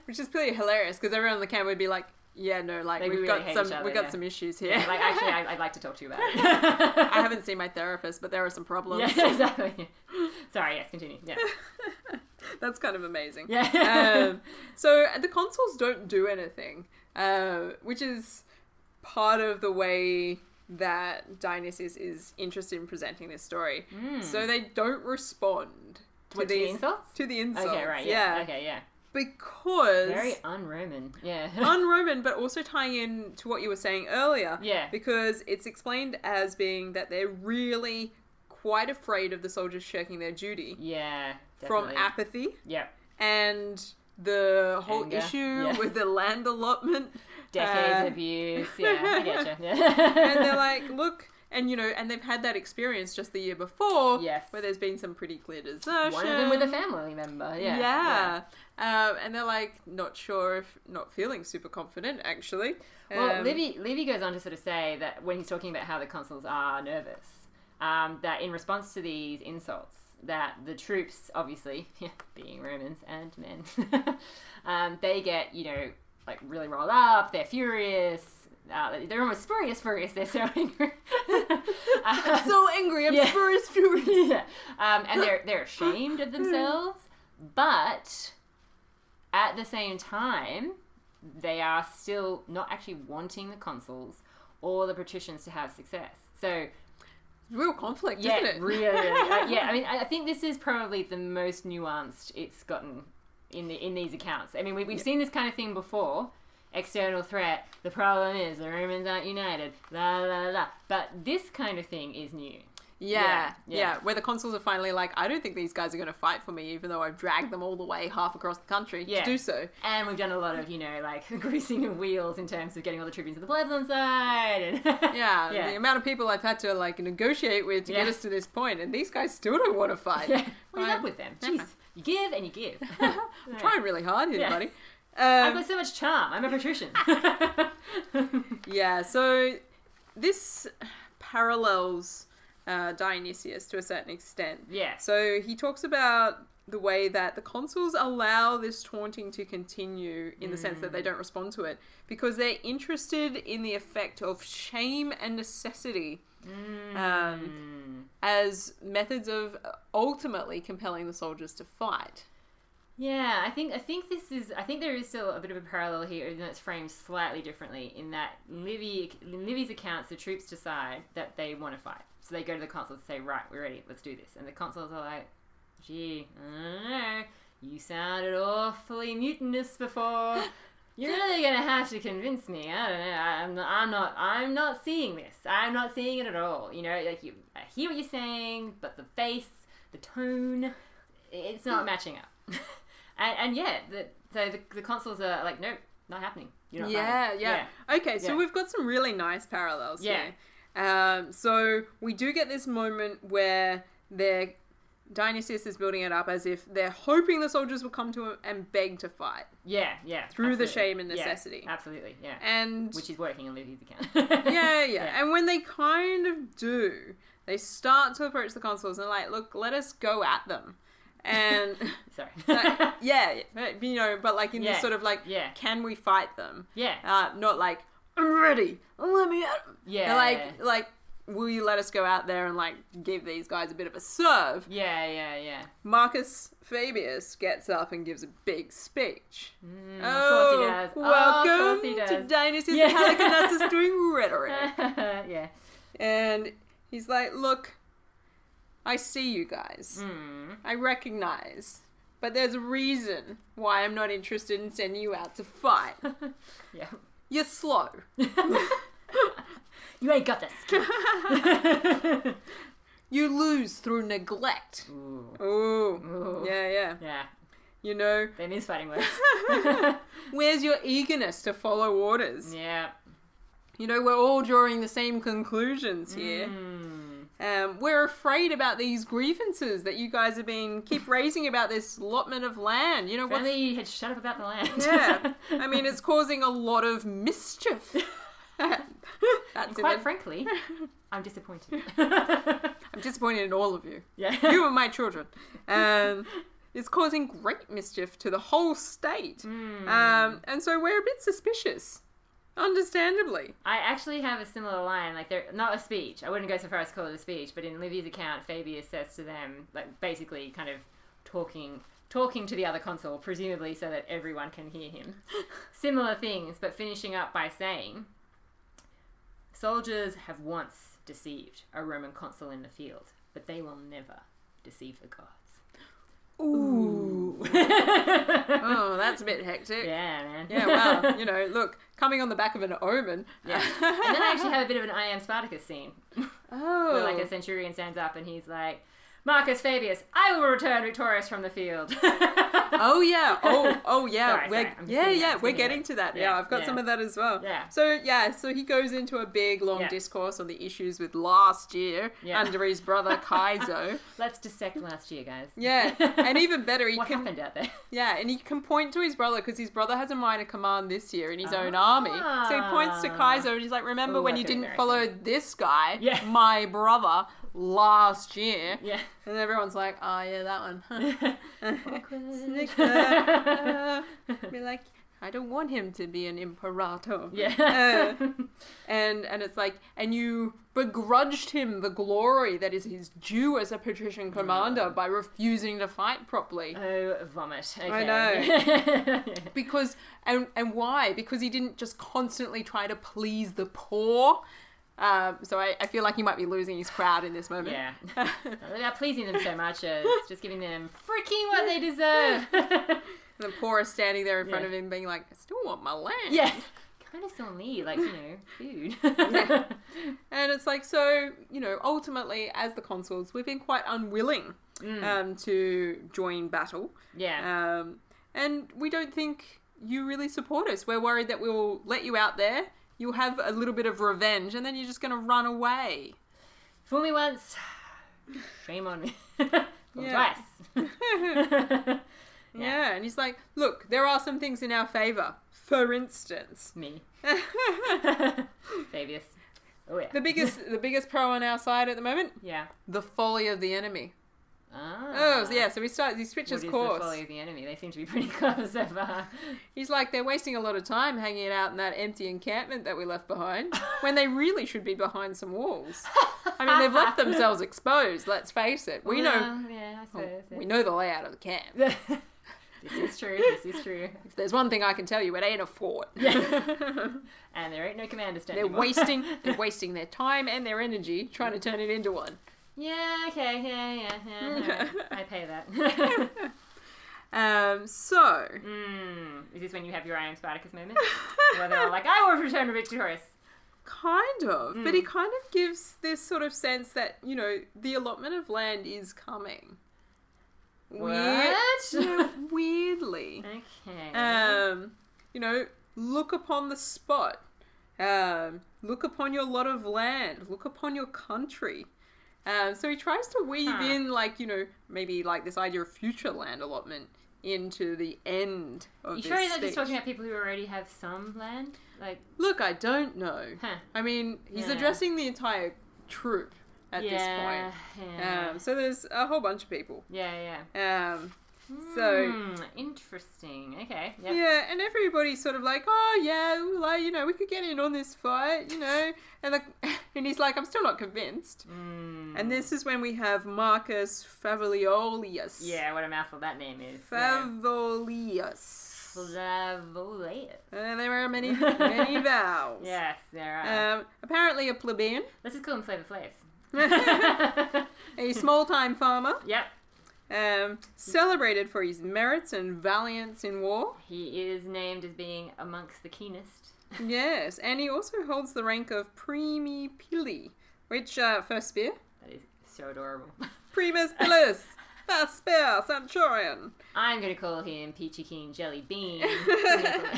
Speaker 2: which is pretty hilarious because everyone on the camp would be like, "Yeah, no, like
Speaker 1: Like, we
Speaker 2: we've
Speaker 1: really
Speaker 2: got
Speaker 1: hate
Speaker 2: some,
Speaker 1: each other,
Speaker 2: we got
Speaker 1: yeah.
Speaker 2: some issues here."
Speaker 1: like, actually, I, I'd like to talk to you about it.
Speaker 2: I haven't seen my therapist, but there are some problems.
Speaker 1: Yes, exactly. Sorry, yes, continue. Yeah.
Speaker 2: That's kind of amazing.
Speaker 1: Yeah.
Speaker 2: um, so uh, the consoles don't do anything, uh, which is part of the way that Dionysus is interested in presenting this story. So they don't respond to
Speaker 1: Hmm. What, to the
Speaker 2: these
Speaker 1: insults?
Speaker 2: To the insults,
Speaker 1: okay, right. Yeah.
Speaker 2: yeah,
Speaker 1: Okay, yeah.
Speaker 2: because
Speaker 1: Very un-Roman. Yeah.
Speaker 2: un-Roman, but also tying in to what you were saying earlier.
Speaker 1: Yeah.
Speaker 2: Because it's explained as being that they're really quite afraid of the soldiers shirking their duty
Speaker 1: yeah.
Speaker 2: from
Speaker 1: definitely.
Speaker 2: apathy
Speaker 1: Yep.
Speaker 2: and the whole
Speaker 1: Anger.
Speaker 2: issue
Speaker 1: Yeah.
Speaker 2: with the land allotment.
Speaker 1: Decades
Speaker 2: Uh,
Speaker 1: of use. Yeah, I getcha. Yeah.
Speaker 2: and they're like, look, and you know, and they've had that experience just the year before,
Speaker 1: Yes.
Speaker 2: where there's been some pretty clear desertion.
Speaker 1: one of them with a family member. oh, Yeah.
Speaker 2: yeah. Um, and they're like, not sure if, not feeling super confident actually.
Speaker 1: Well,
Speaker 2: Um,
Speaker 1: Livy Livy goes on to sort of say that when he's talking about how the consuls are nervous, um, that in response to these insults, that the troops, obviously being Romans and men, um, they get you know like really rolled up. They're furious. Uh, they're almost spurious, furious. They're so angry. Uh,
Speaker 2: I'm so angry. I'm
Speaker 1: yeah.
Speaker 2: furious, furious.
Speaker 1: yeah. um, and they're they're ashamed of themselves, but at the same time, they are still not actually wanting the consuls or the patricians to have success. So
Speaker 2: Real conflict,
Speaker 1: yeah,
Speaker 2: isn't it?
Speaker 1: really, uh, yeah. I mean, I I think this is probably the most nuanced it's gotten in the in these accounts. I mean, we, we've seen this kind of thing before. External threat. The problem is the Romans aren't united. La la la, la. But this kind of thing is new.
Speaker 2: Yeah,
Speaker 1: Yeah,
Speaker 2: yeah,
Speaker 1: yeah.
Speaker 2: Where the consuls are finally like, I don't think these guys are going to fight for me, even though I've dragged them all the way half across the country
Speaker 1: Yeah.
Speaker 2: to do so.
Speaker 1: And we've done a lot of, you know, like greasing of wheels in terms of getting all the tribunes of the plebs on side. And
Speaker 2: Yeah,
Speaker 1: Yeah.
Speaker 2: the amount of people I've had to like negotiate with to
Speaker 1: Yeah.
Speaker 2: get us to this point, and these guys still don't want to fight.
Speaker 1: Yeah. What is
Speaker 2: Right.
Speaker 1: up with them?
Speaker 2: Yeah.
Speaker 1: Jeez, you give and you give.
Speaker 2: I'm trying really hard here,
Speaker 1: Yeah.
Speaker 2: buddy.
Speaker 1: I've
Speaker 2: Um,
Speaker 1: got so much charm. I'm a patrician.
Speaker 2: yeah, so this parallels uh, Dionysius to a certain extent.
Speaker 1: yeah.
Speaker 2: So he talks about the way that the consuls allow this taunting to continue in the sense that
Speaker 1: Mm.
Speaker 2: they don't respond to it because they're interested in the effect of shame and necessity
Speaker 1: Mm.
Speaker 2: um, as methods of ultimately compelling the soldiers to fight.
Speaker 1: Yeah, I think I think this is I think there is still a bit of a parallel here, even though it's framed slightly differently. In that Livy, in Livy's accounts, the troops decide that they want to fight, so they go to the consuls and say, "Right, we're ready. Let's do this." And the consuls are like, "Gee, I don't know. You sounded awfully mutinous before. You're really gonna have to convince me. I don't know. I- I'm not, I'm not. I'm not seeing this. I'm not seeing it at all. You know, like you, I hear what you're saying, but the face, the tone, it's
Speaker 2: Hmm.
Speaker 1: not matching up. and, and yeah, the, so the, the consoles are like, nope, not happening. You're not
Speaker 2: yeah,
Speaker 1: fighting.
Speaker 2: yeah, Okay, so
Speaker 1: Yeah.
Speaker 2: we've got some really nice parallels
Speaker 1: Yeah.
Speaker 2: here. Um, so we do get this moment where they're Dionysius is building it up as if they're hoping the soldiers will come to him and beg to fight.
Speaker 1: yeah, yeah, yeah.
Speaker 2: Through the
Speaker 1: absolutely.
Speaker 2: shame and
Speaker 1: Yeah,
Speaker 2: necessity.
Speaker 1: absolutely, yeah.
Speaker 2: And
Speaker 1: Which is working in Luffy's account.
Speaker 2: yeah, yeah, And when they kind of do, they start to approach the consuls and like, look, let us go at them. And
Speaker 1: Sorry.
Speaker 2: like, yeah, but, you know, but like in
Speaker 1: Yeah,
Speaker 2: this sort of like,
Speaker 1: yeah.
Speaker 2: can we fight them?
Speaker 1: yeah,
Speaker 2: Uh, not like I'm ready. Let me at 'em."
Speaker 1: yeah.
Speaker 2: They're Like, like, will you let us go out there and like give these guys a bit of a serve?
Speaker 1: yeah, yeah, yeah.
Speaker 2: Marcus Fabius gets up and gives a big speech.
Speaker 1: Mm,
Speaker 2: oh,
Speaker 1: of course he does.
Speaker 2: welcome
Speaker 1: of course he does.
Speaker 2: to Dionysius
Speaker 1: Yeah.
Speaker 2: yeah. Halicarnassus doing rhetoric.
Speaker 1: yeah.
Speaker 2: And he's like, Look, I see you guys.
Speaker 1: Mm.
Speaker 2: I recognize. But there's a reason why I'm not interested in sending you out to fight.
Speaker 1: yeah.
Speaker 2: You're slow.
Speaker 1: You ain't got this.
Speaker 2: You lose through neglect.
Speaker 1: Ooh.
Speaker 2: Ooh.
Speaker 1: Ooh.
Speaker 2: Yeah, yeah.
Speaker 1: Yeah.
Speaker 2: You know,
Speaker 1: That is fighting words.
Speaker 2: where's your eagerness to follow orders?
Speaker 1: yeah.
Speaker 2: You know, we're all drawing the same conclusions here.
Speaker 1: Mm.
Speaker 2: Um, we're afraid about these grievances that you guys have been keep raising about this allotment of land. You know,
Speaker 1: If
Speaker 2: what's
Speaker 1: only you had shut up about the land.
Speaker 2: Yeah. I mean, it's causing a lot of mischief. That's
Speaker 1: Quite
Speaker 2: it.
Speaker 1: frankly, I'm disappointed.
Speaker 2: I'm disappointed in all of you.
Speaker 1: yeah.
Speaker 2: You are my children. Um, it's causing great mischief to the whole state.
Speaker 1: Mm.
Speaker 2: Um, and so we're a bit suspicious, understandably.
Speaker 1: I actually have a similar line, like they're not a speech. I wouldn't go so far as to call it a speech, but in Livy's account, Fabius says to them, like basically kind of talking talking to the other consul, presumably so that everyone can hear him. similar things, but finishing up by saying Soldiers have once deceived a Roman consul in the field, but they will never deceive the gods.
Speaker 2: Ooh. oh, that's a bit hectic. Yeah.
Speaker 1: Yeah, man.
Speaker 2: well, you know, look, coming on the back of an omen.
Speaker 1: Yeah. and then I actually have a bit of an I am Spartacus scene
Speaker 2: oh,
Speaker 1: where like a centurion stands up and he's like, Marcus Fabius, I will return victorious from the field.
Speaker 2: Oh yeah. Oh oh yeah.
Speaker 1: Sorry,
Speaker 2: we're,
Speaker 1: sorry, I'm just
Speaker 2: yeah
Speaker 1: getting
Speaker 2: yeah.
Speaker 1: that, just
Speaker 2: We're
Speaker 1: getting
Speaker 2: getting to that.
Speaker 1: Yeah,
Speaker 2: Yeah, I've got
Speaker 1: yeah.
Speaker 2: some of that as well.
Speaker 1: Yeah.
Speaker 2: So yeah. So he goes into a big long
Speaker 1: Yeah.
Speaker 2: discourse on the issues with last year
Speaker 1: Yeah.
Speaker 2: under his brother Kaizo.
Speaker 1: Let's dissect last year, guys.
Speaker 2: yeah. And even better, he
Speaker 1: what
Speaker 2: can
Speaker 1: happened out there?
Speaker 2: yeah, and he can point to his brother because his brother has a minor command this year in his own army. So he points to
Speaker 1: Ah.
Speaker 2: Kaizo and he's like, "Remember
Speaker 1: Ooh,
Speaker 2: when
Speaker 1: that's
Speaker 2: you didn't
Speaker 1: embarrassing.
Speaker 2: follow this guy,
Speaker 1: Yeah.
Speaker 2: my brother? last year.
Speaker 1: Yeah.
Speaker 2: And everyone's like, oh, yeah, that one.
Speaker 1: Awkward.
Speaker 2: Snicker. Be like, I don't want him to be an imperator.
Speaker 1: yeah.
Speaker 2: Oh. And and it's like, and you begrudged him the glory that is his due as a patrician commander by refusing to fight properly.
Speaker 1: oh, vomit. Okay.
Speaker 2: know. Because and and why? Because he didn't just constantly try to please the poor. Um, so I, I feel like he might be losing his crowd in this moment.
Speaker 1: yeah. Without pleasing them so much as just giving them freaking what they deserve.
Speaker 2: the poor are standing there in front
Speaker 1: Yeah.
Speaker 2: of him, being like, "I still want my land."
Speaker 1: yeah. Kind of still need, like, you know, food.
Speaker 2: Yeah. And it's like, so, you know, ultimately, as the consuls, we've been quite unwilling
Speaker 1: Hmm.
Speaker 2: um, to join battle.
Speaker 1: Mm. yeah.
Speaker 2: Um, and we don't think you really support us. We're worried that we'll let you out there, you'll have a little bit of revenge, and then you're just going to run away.
Speaker 1: Fool me once, shame on me. Fool me
Speaker 2: Yeah.
Speaker 1: twice.
Speaker 2: Yeah. And he's like, look, there are some things in our favor. For instance,
Speaker 1: me.
Speaker 2: the
Speaker 1: Fabius. Oh, yeah.
Speaker 2: biggest the biggest pro on our side at the moment,
Speaker 1: Yeah.
Speaker 2: the folly of the enemy.
Speaker 1: Ah.
Speaker 2: Oh, yeah. So he starts. He
Speaker 1: What is
Speaker 2: switches
Speaker 1: the
Speaker 2: course.
Speaker 1: folly of the enemy? They seem to be pretty uh, clever so far.
Speaker 2: He's like, they're wasting a lot of time hanging out in that empty encampment that we left behind when they really should be behind some walls. I mean, they've left themselves exposed, let's face it. We know
Speaker 1: Well, Yeah, I suppose. yeah.
Speaker 2: we know the layout of the camp.
Speaker 1: this is true. This is true.
Speaker 2: If there's one thing I can tell you, it ain't a fort.
Speaker 1: And there ain't no commander standing.
Speaker 2: they're wasting they're wasting their time and their energy trying to turn it into one.
Speaker 1: Yeah. Okay. Yeah. Yeah. Yeah. alright. I pay that.
Speaker 2: Um so
Speaker 1: mm, is this when you have your I am Spartacus moment? Where they're all like, "I will return victorious."
Speaker 2: kind of. But he kind of gives this sort of sense that, you know, the allotment of land is coming. Weird-
Speaker 1: What?
Speaker 2: Yeah, weirdly.
Speaker 1: Okay.
Speaker 2: um, you know, look upon the spot. Um, look upon your lot of land. Look upon your country. Um, so he tries to weave
Speaker 1: Huh.
Speaker 2: in, like, you know, maybe like this idea of future land allotment into the end of
Speaker 1: you
Speaker 2: this
Speaker 1: sure you're not
Speaker 2: speech.
Speaker 1: just talking about people who already have some land? Like,
Speaker 2: Look, I don't know.
Speaker 1: huh?
Speaker 2: I mean, he's
Speaker 1: Yeah.
Speaker 2: addressing the entire troop at
Speaker 1: yeah,
Speaker 2: this point.
Speaker 1: Yeah.
Speaker 2: Um, so there's a whole bunch of people.
Speaker 1: yeah. Yeah.
Speaker 2: Um, so-
Speaker 1: Hmm, interesting. Okay. Yep.
Speaker 2: Yeah, and everybody's sort of like, oh yeah, well, like, you know, we could get in on this fight, you know, and the, and he's like, I'm still not convinced.
Speaker 1: Mm.
Speaker 2: And this is when we have Marcus Favolius.
Speaker 1: Yeah. What a mouthful that name is. Yeah.
Speaker 2: Favolius.
Speaker 1: Flavolaeus.
Speaker 2: And Uh, there are many many vowels.
Speaker 1: Yes, there are.
Speaker 2: Um, apparently a plebeian,
Speaker 1: Let's just call him Flavor
Speaker 2: a
Speaker 1: Flaves.
Speaker 2: small time farmer,
Speaker 1: yep,
Speaker 2: um, celebrated for his merits and valiance in war.
Speaker 1: he is named as being amongst the keenest.
Speaker 2: Yes, and he also holds the rank of primi pili, which uh, first spear.
Speaker 1: That is so adorable.
Speaker 2: Primus Pilus, Fast Spear, Centurion.
Speaker 1: I'm gonna call him Peachy Keen Jelly Bean.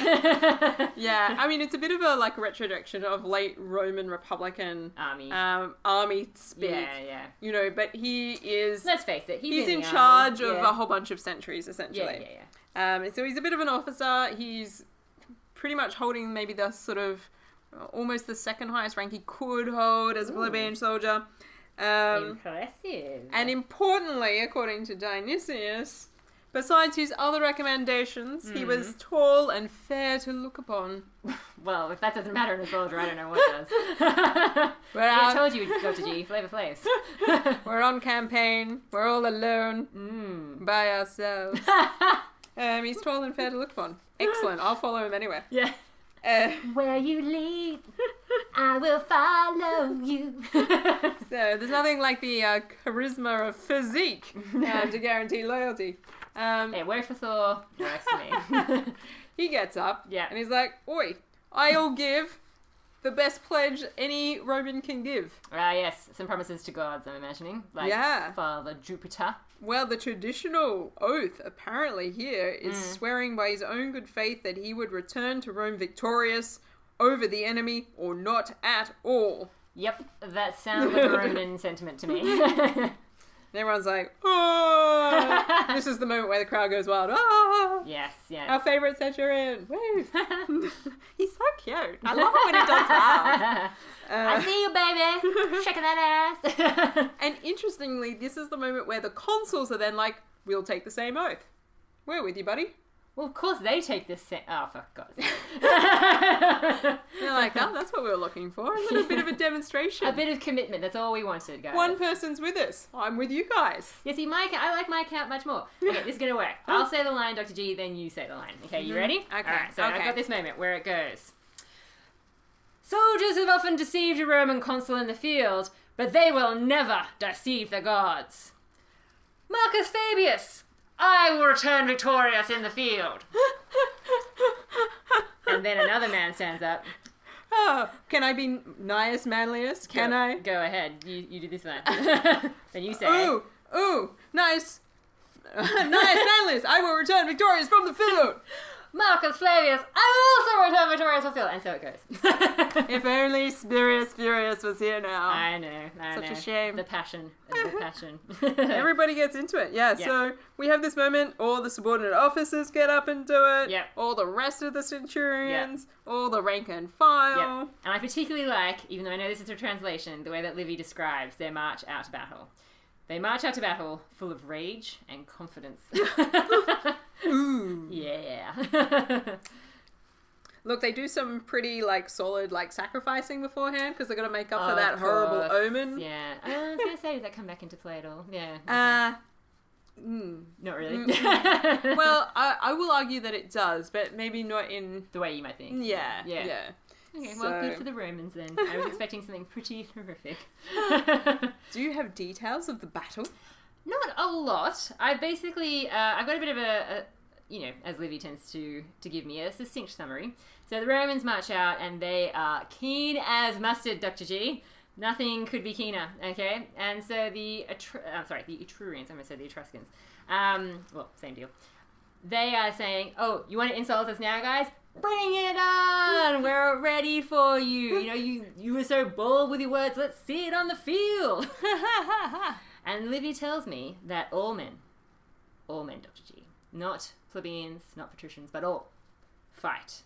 Speaker 2: Yeah, I mean, it's a bit of a like retrodiction of late Roman Republican
Speaker 1: Army.
Speaker 2: um, army speak,
Speaker 1: yeah, yeah.
Speaker 2: you know, but he is.
Speaker 1: Let's face it, he's,
Speaker 2: He's in
Speaker 1: the
Speaker 2: charge
Speaker 1: army.
Speaker 2: of
Speaker 1: yeah.
Speaker 2: a whole bunch of sentries,
Speaker 1: Yeah,
Speaker 2: essentially.
Speaker 1: yeah, yeah.
Speaker 2: Um, and so he's a bit of an officer. He's pretty much holding maybe the sort of uh, almost the second highest rank he could hold as a
Speaker 1: Ooh.
Speaker 2: plebeian soldier. Um,
Speaker 1: Impressive.
Speaker 2: And importantly, according to Dionysius, besides his other recommendations, he was
Speaker 1: Hmm.
Speaker 2: tall and fair to look upon.
Speaker 1: well, if that doesn't matter in a soldier, I don't know what does. yeah, I
Speaker 2: uh,
Speaker 1: told you, Dr. G, Flavor Flaves.
Speaker 2: We're on campaign. We're all alone
Speaker 1: mm.
Speaker 2: by ourselves. Um, he's tall and fair to look upon. Excellent. I'll follow him anywhere.
Speaker 1: yeah.
Speaker 2: Uh,
Speaker 1: Where you lead, I will follow you.
Speaker 2: so there's nothing like the uh, charisma of physique uh, to guarantee loyalty. Um,
Speaker 1: hey, word for Thor works for me.
Speaker 2: He gets up.
Speaker 1: Yeah.
Speaker 2: And he's like, "Oi, I'll give the best pledge any Roman can give."
Speaker 1: Ah, yes, some promises to gods. I'm imagining, like
Speaker 2: Yeah.
Speaker 1: Father Jupiter.
Speaker 2: Well, the traditional oath apparently here is
Speaker 1: Mm.
Speaker 2: swearing by his own good faith that he would return to Rome victorious over the enemy or not at all.
Speaker 1: Yep, that sounds like a Roman sentiment to me.
Speaker 2: And everyone's like, oh! this is the moment where the crowd goes wild. Ah!
Speaker 1: yes,
Speaker 2: Our
Speaker 1: yes.
Speaker 2: favorite centurion. Woo! he's so cute. I love it when he does that. Uh,
Speaker 1: I I see you, baby. Shaking that ass.
Speaker 2: And interestingly, this is the moment where the consuls are then like, we'll take the same oath. We're with you, buddy.
Speaker 1: well, of course they take this. Sa- oh, fuck God.
Speaker 2: And they're like, oh, that's what we were looking for. A little bit of a demonstration.
Speaker 1: a bit of commitment. That's all we wanted, guys.
Speaker 2: One person's with us. I'm with you guys.
Speaker 1: You see, my account, I like my account much more. Okay, this is gonna work. I'll say the line, Dr. G, then you say the line. Okay, you ready?
Speaker 2: Mm-hmm. Okay,
Speaker 1: Alright, so I've
Speaker 2: okay.
Speaker 1: got this moment where it goes. Soldiers have often deceived a Roman consul in the field, but they will never deceive the gods. Marcus Fabius, I will return victorious in the field. And then another man stands up.
Speaker 2: Oh, can I be nias manlius? Can
Speaker 1: Go-
Speaker 2: I?
Speaker 1: Go ahead. You, you do this line. then you say. it.
Speaker 2: Ooh, ooh, nice. nice, manlius. I will return victorious from the field.
Speaker 1: Marcus Flavius, I will also return victorious for Phil. And so it goes.
Speaker 2: If only Spurious Furious was here now.
Speaker 1: I know, I
Speaker 2: Oh, Such a
Speaker 1: know.
Speaker 2: shame.
Speaker 1: The passion, the passion.
Speaker 2: Everybody gets into it. Yeah,
Speaker 1: Yeah.
Speaker 2: so we have this moment. All the subordinate officers get up and do it.
Speaker 1: Yep.
Speaker 2: All the rest of the centurions. All the rank and file.
Speaker 1: Yep. And I particularly like, even though I know this is a translation, the way that Livy describes their march out to battle. They march out to battle full of rage and confidence.
Speaker 2: Ooh.
Speaker 1: yeah.
Speaker 2: Look, they do some pretty like solid like sacrificing beforehand because they're gonna make up for
Speaker 1: Of
Speaker 2: that horrible
Speaker 1: course,
Speaker 2: omen.
Speaker 1: Yeah. Oh, I was going to say, does that come back into play at all? Yeah.
Speaker 2: Uh, mm.
Speaker 1: Not really.
Speaker 2: well, I, I will argue that it does, but maybe not in.
Speaker 1: the way you might think.
Speaker 2: Yeah,
Speaker 1: Yeah.
Speaker 2: yeah.
Speaker 1: Okay, well, good
Speaker 2: So-
Speaker 1: for the Romans then. I was expecting something pretty horrific.
Speaker 2: Do you have details of the battle?
Speaker 1: Not a lot. I basically, uh, I've got a bit of a, a, you know, as Livy tends to to give me a succinct summary. So the Romans march out, and they are keen as mustard, Doctor G. Nothing could be keener, okay? And so the, Etru- I'm sorry, the Etrurians. I almost said the Etruscans. Um, well, same deal. They are saying, "Oh, you want to insult us now, guys? Bring it on! We're ready for you. You know, you you were so bold with your words. Let's see it on the field." And Livy tells me that all men, all men, Dr. G, not plebeians, not patricians, but all, fight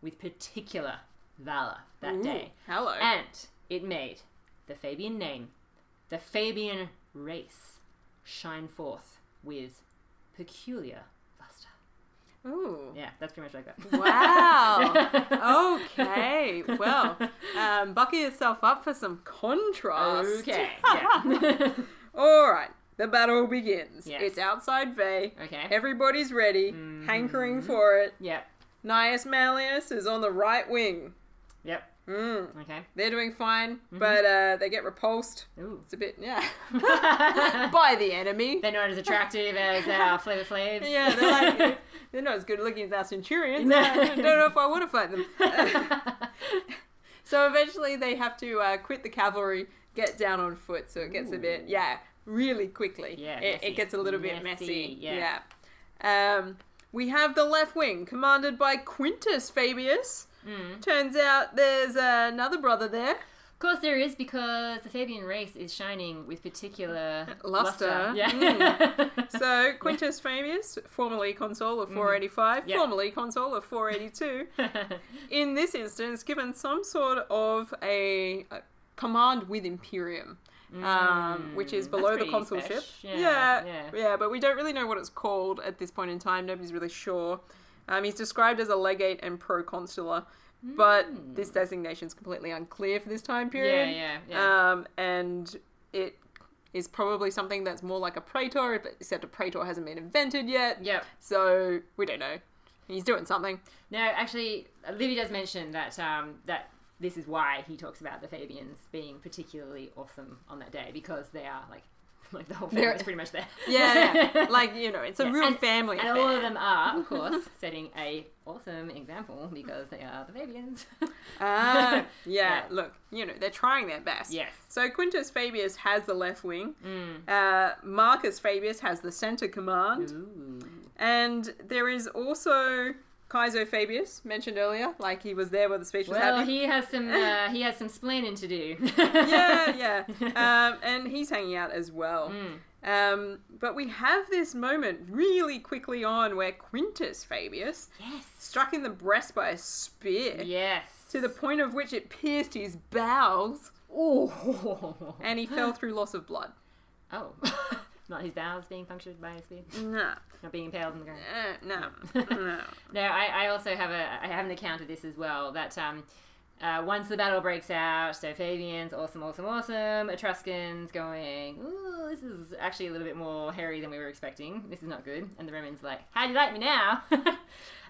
Speaker 1: with particular valor that
Speaker 2: Ooh,
Speaker 1: day.
Speaker 2: Hello.
Speaker 1: And it made the Fabian name, the Fabian race, shine forth with peculiar luster.
Speaker 2: Ooh.
Speaker 1: Yeah, that's pretty much like that.
Speaker 2: Wow. okay. Well, um, buckle yourself up for some contrast.
Speaker 1: Okay. yeah.
Speaker 2: All right. The battle begins.
Speaker 1: Yes. Mm.
Speaker 2: It's outside Vey.
Speaker 1: okay.
Speaker 2: Everybody's ready, hankering for it.
Speaker 1: Yep.
Speaker 2: Nias Malleus is on the right wing.
Speaker 1: Yep. Mm-hmm.
Speaker 2: Mm.
Speaker 1: Okay.
Speaker 2: They're doing fine, but uh, they get repulsed.
Speaker 1: Ooh.
Speaker 2: It's a bit, yeah. By the enemy.
Speaker 1: They're not as attractive as our Flavor Flaves.
Speaker 2: Yeah, they're like, they're not as good looking as our centurions.
Speaker 1: No.
Speaker 2: I don't know if I want to fight them. so eventually they have to uh, quit the cavalry, get down on foot, so it gets a bit, yeah, really quickly.
Speaker 1: Yeah,
Speaker 2: it,
Speaker 1: messy.
Speaker 2: it gets a little bit
Speaker 1: Messy,
Speaker 2: messy.
Speaker 1: yeah.
Speaker 2: yeah. Um, we have the left wing, commanded by Quintus Fabius. Turns out there's another brother there.
Speaker 1: Hmm. Of course, there is because the Fabian race is shining with particular
Speaker 2: Luster.
Speaker 1: Yeah.
Speaker 2: So Quintus Fabius, formerly consul of 485,
Speaker 1: Mm, Yeah.
Speaker 2: formerly consul of 482, in this instance given some sort of a, a command with imperium um, which is
Speaker 1: Mm,
Speaker 2: below
Speaker 1: that's
Speaker 2: the
Speaker 1: pretty
Speaker 2: consulship
Speaker 1: fish. Yeah,
Speaker 2: yeah yeah,
Speaker 1: yeah.
Speaker 2: but we don't really know what it's called at this point in time nobody's really sure um, he's described as a legate and proconsular but this designation is completely unclear for this time period
Speaker 1: Hmm. Yeah, yeah, yeah.
Speaker 2: Um, and it is probably something that's more like a praetor but- except a praetor hasn't been invented yet
Speaker 1: yep.
Speaker 2: so we don't know he's doing something
Speaker 1: No, actually, uh, Livy does mention that um, that this is why he talks about the Fabians being particularly awesome on that day because they are like like the whole
Speaker 2: They're-
Speaker 1: family is pretty much there.
Speaker 2: yeah, yeah. like you know, it's a
Speaker 1: Yeah,
Speaker 2: real
Speaker 1: and-
Speaker 2: family
Speaker 1: And
Speaker 2: affair.
Speaker 1: all of them are, of course, setting a awesome example because they are the Fabians.
Speaker 2: Ah, yeah,
Speaker 1: Yeah.
Speaker 2: Look, you know, they're trying their best.
Speaker 1: Yes.
Speaker 2: So Quintus Fabius has the left wing.
Speaker 1: Mm.
Speaker 2: Uh, Marcus Fabius has the centre command,
Speaker 1: Ooh.
Speaker 2: and there is also Kaiser Fabius mentioned earlier, like he was there where the speech was
Speaker 1: Well,
Speaker 2: happening.
Speaker 1: he has some uh, he has some splaining to do.
Speaker 2: yeah, yeah, um, and he's hanging out as well.
Speaker 1: Mm. Hmm.
Speaker 2: Um, but we have this moment really quickly on where Quintus Fabius
Speaker 1: Yes.
Speaker 2: struck in the breast by a spear.
Speaker 1: Yes.
Speaker 2: to the point of which it pierced his bowels,
Speaker 1: Oh.
Speaker 2: and he fell through loss of blood.
Speaker 1: Oh. Not his bowels being punctured by a spear,
Speaker 2: Nah,
Speaker 1: not being impaled in the ground.
Speaker 2: eh, nah, nah.
Speaker 1: No, I, I also have a I have an account of this as well. That um, uh, once the battle breaks out, so Fabians, awesome, awesome, awesome. Etruscans going, ooh, this is actually a little bit more hairy than we were expecting. This is not good. And the Romans like, how do you like me now? uh,
Speaker 2: about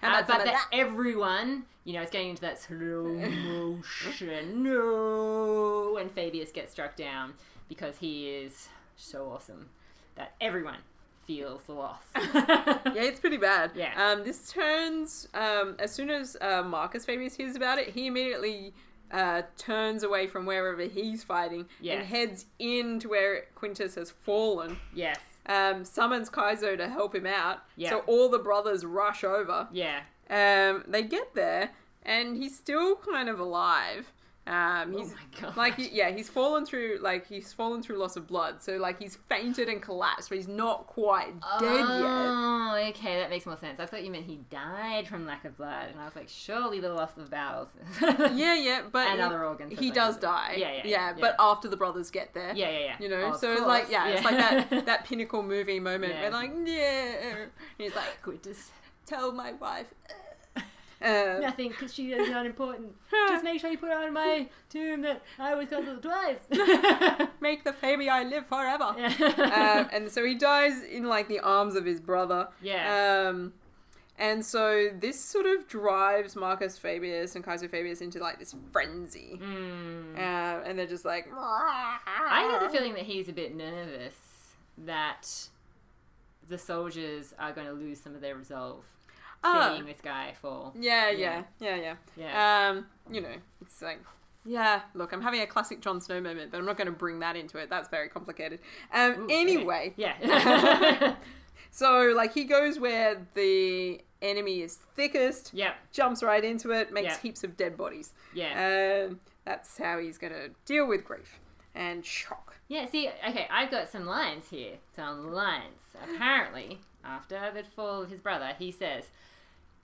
Speaker 1: but
Speaker 2: some
Speaker 1: that
Speaker 2: of that?
Speaker 1: everyone, you know, it's getting into that slow motion. no, and Fabius gets struck down because he is so awesome that everyone feels the loss.
Speaker 2: Yeah, it's pretty bad.
Speaker 1: Yeah.
Speaker 2: Um, this turns um, as soon as uh, Marcus Fabius hears about it, he immediately uh, turns away from wherever he's fighting and
Speaker 1: Yes.
Speaker 2: heads in to where Quintus has fallen.
Speaker 1: yes.
Speaker 2: Um, summons Kaizo to help him out.
Speaker 1: Yeah.
Speaker 2: So all the brothers rush over.
Speaker 1: Yeah.
Speaker 2: Um, they get there, and he's still kind of alive. Um, he's,
Speaker 1: Oh my God.
Speaker 2: Like, he- yeah, he's fallen through, like, he's fallen through loss of blood. So, like, he's fainted and collapsed, but he's not quite dead yet.
Speaker 1: oh, okay, that makes more sense. I thought you meant he died from lack of blood, and I was like, surely the loss of bowels.
Speaker 2: Yeah, yeah, but
Speaker 1: And
Speaker 2: he-
Speaker 1: other organs,
Speaker 2: He
Speaker 1: that's
Speaker 2: does
Speaker 1: what
Speaker 2: die.
Speaker 1: it is. Yeah, yeah, yeah.
Speaker 2: But after the brothers get there,
Speaker 1: yeah, yeah, yeah.
Speaker 2: you know,
Speaker 1: Oh, of
Speaker 2: so it's like,
Speaker 1: course.
Speaker 2: yeah, it's like that that pinnacle movie moment
Speaker 1: Yeah.
Speaker 2: where like, yeah, and he's like,
Speaker 1: Quintus,
Speaker 2: tell my wife. Uh,
Speaker 1: nothing, because she is not important.
Speaker 2: Um,
Speaker 1: Just make sure you put on my tomb that I was counseled twice. yeah.
Speaker 2: Make the baby I live forever. um, and so he dies in like the arms of his brother.
Speaker 1: yeah.
Speaker 2: Um, and so this sort of drives Marcus Fabius and Kaiser Fabius into like this frenzy.
Speaker 1: Mm.
Speaker 2: Um, and they're just like,
Speaker 1: I
Speaker 2: I
Speaker 1: get the feeling that he's a bit nervous that the soldiers are going to lose some of their resolve
Speaker 2: Oh.
Speaker 1: seeing this guy fall.
Speaker 2: Yeah, yeah,
Speaker 1: Yeah.
Speaker 2: yeah, yeah.
Speaker 1: Yeah.
Speaker 2: Um, you know, it's like, yeah, look, I'm having a classic Jon Snow moment, but I'm not going to bring that into it. That's very complicated. Um,
Speaker 1: Ooh, okay.
Speaker 2: anyway,
Speaker 1: Yeah.
Speaker 2: so like he goes where the enemy is thickest,
Speaker 1: yep.
Speaker 2: jumps right into it, makes
Speaker 1: Yeah.
Speaker 2: heaps of dead bodies.
Speaker 1: Yeah.
Speaker 2: Um, that's how he's going to deal with grief and shock.
Speaker 1: Yeah, see, okay, I've got some lines here. Some lines. Apparently, after the fall of his brother, he says,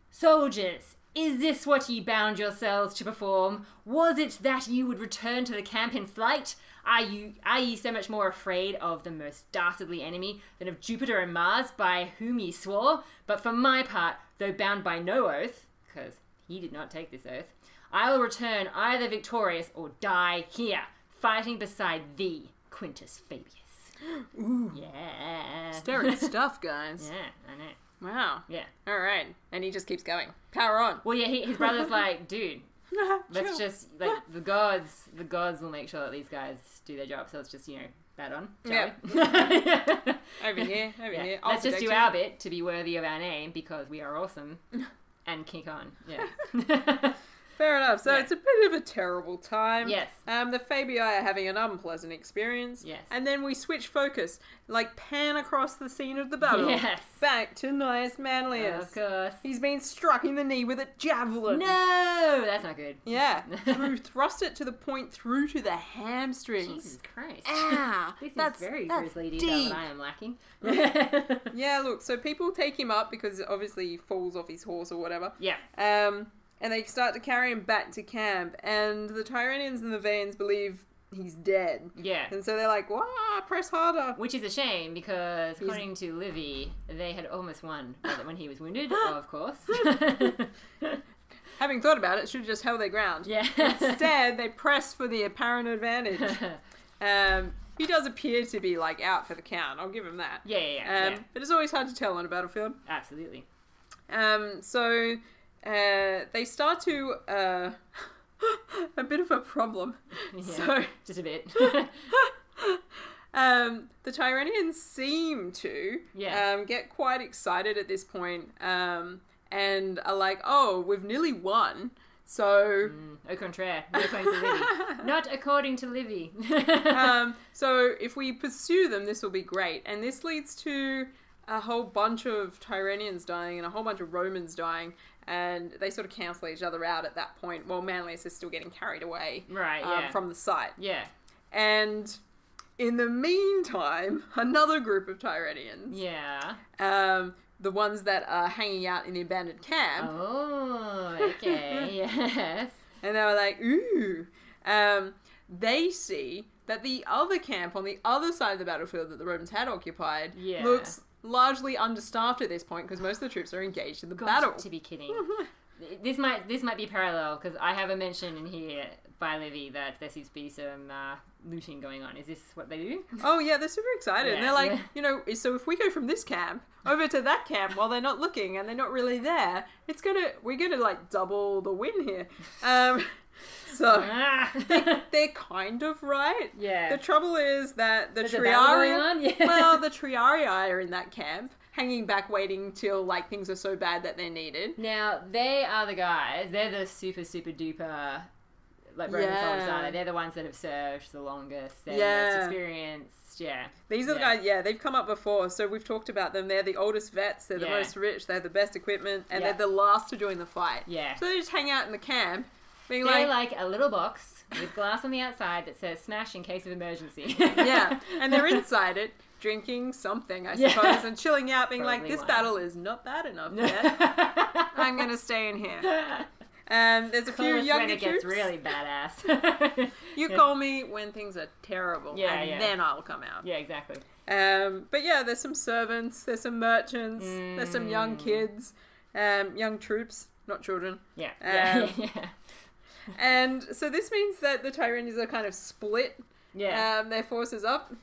Speaker 1: Soldiers, is this what ye bound yourselves to perform? Was it that ye would return to the camp in flight? Are you are ye so much more afraid of the most dastardly enemy than of Jupiter and Mars by whom ye swore? But for my part, though bound by no oath, because he did not take this oath, I will return either victorious or die here, fighting beside thee, Quintus Fabius. Ooh. Yeah.
Speaker 2: Staring stuff, guys.
Speaker 1: yeah, I know.
Speaker 2: Wow.
Speaker 1: Yeah.
Speaker 2: All right. And he just keeps going. Power on.
Speaker 1: Well, yeah, he, his brother's like, dude, let's just like the gods. The gods will make sure that these guys do their job. So let's just you know bat on. Shall
Speaker 2: Yeah.
Speaker 1: We?
Speaker 2: over here, over
Speaker 1: Yeah.
Speaker 2: here. I'll
Speaker 1: Let's just
Speaker 2: protect
Speaker 1: do
Speaker 2: you.
Speaker 1: our bit to be worthy of our name because we are awesome and kick on. Yeah.
Speaker 2: Fair enough. So
Speaker 1: Yeah.
Speaker 2: it's a bit of a terrible time.
Speaker 1: Yes.
Speaker 2: Um, the Fabii are having an unpleasant experience.
Speaker 1: Yes.
Speaker 2: And then we switch focus, like pan across the scene of the battle.
Speaker 1: Yes.
Speaker 2: Back to Nias Manlius.
Speaker 1: Of course.
Speaker 2: He's been struck in the knee with a javelin.
Speaker 1: No, that's not good.
Speaker 2: Yeah. through thrust it to the point through to the hamstrings.
Speaker 1: Jesus Christ.
Speaker 2: Ah,
Speaker 1: this is
Speaker 2: that's-
Speaker 1: very
Speaker 2: that's
Speaker 1: grisly detail
Speaker 2: deep.
Speaker 1: that I am lacking.
Speaker 2: Yeah, look, so people take him up because obviously he falls off his horse or whatever.
Speaker 1: yeah.
Speaker 2: Um, and they start to carry him back to camp, and the Tyranians and the Vans believe he's dead.
Speaker 1: Yeah.
Speaker 2: And so they're like, "Wah, press harder."
Speaker 1: Which is a shame because, according to Livy, they had almost won when he was wounded, of course.
Speaker 2: Having thought about it, should have just held their ground.
Speaker 1: yeah.
Speaker 2: Instead, they press for the apparent advantage.
Speaker 1: yeah,
Speaker 2: Um, he does appear to be like out for the count. I'll give him that.
Speaker 1: yeah, yeah,
Speaker 2: Um,
Speaker 1: yeah.
Speaker 2: But it's always hard to tell on a battlefield.
Speaker 1: Absolutely.
Speaker 2: Um, so uh, they start to uh, a bit of a problem.
Speaker 1: Yeah.
Speaker 2: So
Speaker 1: Just a bit.
Speaker 2: um, the Tyranians seem to
Speaker 1: Yeah.
Speaker 2: um, get quite excited at this point, um, and are like, "Oh, we've nearly won." So
Speaker 1: Mm, Au contraire. Not according to Livy. Not according to Livy. Mm.
Speaker 2: um, so if we pursue them, this will be great. And this leads to a whole bunch of Tyranians dying and a whole bunch of Romans dying. And they sort of cancel each other out at that point while Manlius is still getting carried away
Speaker 1: right,
Speaker 2: um,
Speaker 1: yeah.
Speaker 2: from the site.
Speaker 1: yeah.
Speaker 2: And in the meantime, another group of Tyranians,
Speaker 1: Yeah.
Speaker 2: um, the Um, ones that are hanging out in the abandoned camp,
Speaker 1: Oh, okay. yes.
Speaker 2: and they were like, ooh. Um, they see that the other camp on the other side of the battlefield that the Romans had occupied
Speaker 1: Yeah.
Speaker 2: looks largely understaffed at this point because most of the troops are engaged in the battle.
Speaker 1: to be kidding. this might this might be parallel because I have a mention in here by Livy that there seems to be some uh, looting going on. Is this what they do?
Speaker 2: Oh yeah, they're super excited. And
Speaker 1: Yeah.
Speaker 2: they're like,
Speaker 1: Yeah.
Speaker 2: you know, so if we go from this camp over to that camp while they're not looking and they're not really there, it's gonna we're gonna like double the win here. Um, so
Speaker 1: Ah.
Speaker 2: they're kind of right.
Speaker 1: yeah.
Speaker 2: The trouble is that the
Speaker 1: There's a battle going
Speaker 2: Triaria,
Speaker 1: on? Yeah.
Speaker 2: well, the Triarii are in that camp, hanging back, waiting till like things are so bad that they're needed.
Speaker 1: Now they are the guys. They're the super super duper like Roman
Speaker 2: Yeah.
Speaker 1: soldiers, aren't they? They're the ones that have served the longest. They're the
Speaker 2: Yeah.
Speaker 1: most experienced. Yeah.
Speaker 2: These are the
Speaker 1: Yeah.
Speaker 2: guys, yeah, they've come up before, so we've talked about them. They're the oldest vets, they're the
Speaker 1: Yeah.
Speaker 2: most rich, they have the best equipment, and
Speaker 1: Yeah.
Speaker 2: they're the last to join the fight.
Speaker 1: Yeah.
Speaker 2: So they just hang out in the camp, being
Speaker 1: They're
Speaker 2: like,
Speaker 1: like a little box with glass on the outside that says "smash in case of emergency."
Speaker 2: yeah, and they're inside it, drinking something, I
Speaker 1: Yeah.
Speaker 2: suppose, and chilling out, being like,
Speaker 1: Probably
Speaker 2: this
Speaker 1: wine.
Speaker 2: battle is not bad enough yet.
Speaker 1: I'm
Speaker 2: I'm gonna stay in here. Um, there's a few
Speaker 1: when
Speaker 2: younger
Speaker 1: it gets
Speaker 2: troops.
Speaker 1: really badass.
Speaker 2: You call me when things are terrible,
Speaker 1: Yeah,
Speaker 2: and
Speaker 1: yeah.
Speaker 2: then I'll come out.
Speaker 1: yeah, exactly.
Speaker 2: Um, but yeah, there's some servants, there's some merchants, there's some young
Speaker 1: Mm.
Speaker 2: kids, um, young troops, not children.
Speaker 1: Yeah, yeah,
Speaker 2: Um,
Speaker 1: yeah,
Speaker 2: And so this means that the Tyranids are kind of split
Speaker 1: yeah.
Speaker 2: um, their forces up.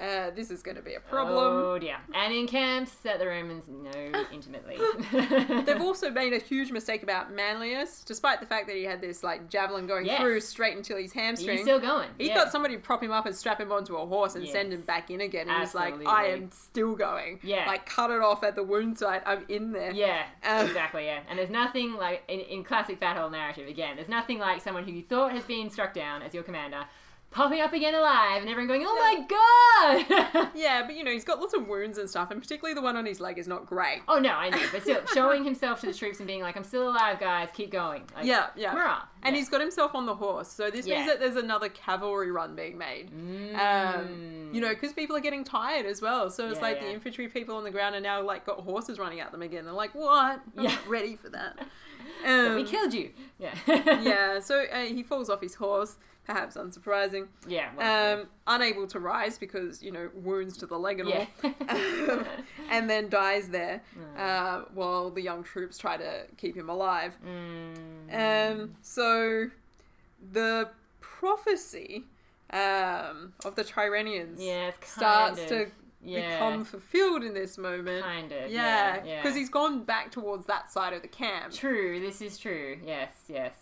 Speaker 2: Uh, this is going to be a problem.
Speaker 1: Oh dear. And in camps that the Romans know intimately.
Speaker 2: They've also made a huge mistake about Manlius, despite the fact that he had this like javelin going
Speaker 1: Yes.
Speaker 2: through straight until his hamstring.
Speaker 1: He's still going.
Speaker 2: He
Speaker 1: yeah.
Speaker 2: got somebody to prop him up and strap him onto a horse and
Speaker 1: Yes.
Speaker 2: send him back in again. And he's like,
Speaker 1: Absolutely.
Speaker 2: I am still going.
Speaker 1: Yeah.
Speaker 2: Like, cut it off at the wound site. I'm in there.
Speaker 1: Yeah,
Speaker 2: Um,
Speaker 1: exactly. Yeah, and there's nothing like in, in classic battle narrative. Again, there's nothing like someone who you thought has been struck down as your commander popping up again alive, and everyone going, "Oh my god!"
Speaker 2: Yeah, but you know, he's got lots of wounds and stuff, and particularly the one on his leg is not great.
Speaker 1: oh no, I know, but still showing himself to the troops and being like, "I'm still alive, guys. Keep going." Like,
Speaker 2: Yeah, yeah.
Speaker 1: Hurrah.
Speaker 2: And
Speaker 1: Yeah.
Speaker 2: he's got himself on the horse, so this
Speaker 1: Yeah.
Speaker 2: means that there's another cavalry run being made. Um, you know, because people are getting tired as well. So it's
Speaker 1: Yeah,
Speaker 2: like
Speaker 1: Mm. yeah.
Speaker 2: the infantry people on the ground are now like got horses running at them again. They're like, "What? I'm
Speaker 1: Yeah.
Speaker 2: not ready for that."
Speaker 1: But Mm. we
Speaker 2: Um,
Speaker 1: killed you. Yeah.
Speaker 2: yeah. So uh, he falls off his horse, perhaps unsurprising.
Speaker 1: yeah. well,
Speaker 2: Um, unable to rise because you know wounds to the leg and
Speaker 1: yeah. Mm.
Speaker 2: all. Um, and then dies there uh, while the young troops try to keep him alive.
Speaker 1: Mm.
Speaker 2: Um, so the prophecy um, of the Tyranians
Speaker 1: yeah, it's kind
Speaker 2: starts
Speaker 1: of,
Speaker 2: to
Speaker 1: yeah,
Speaker 2: become fulfilled in this moment.
Speaker 1: kind of.
Speaker 2: yeah,
Speaker 1: yeah.
Speaker 2: because he's gone back towards that side of the camp.
Speaker 1: true. This is true. Yes, yes.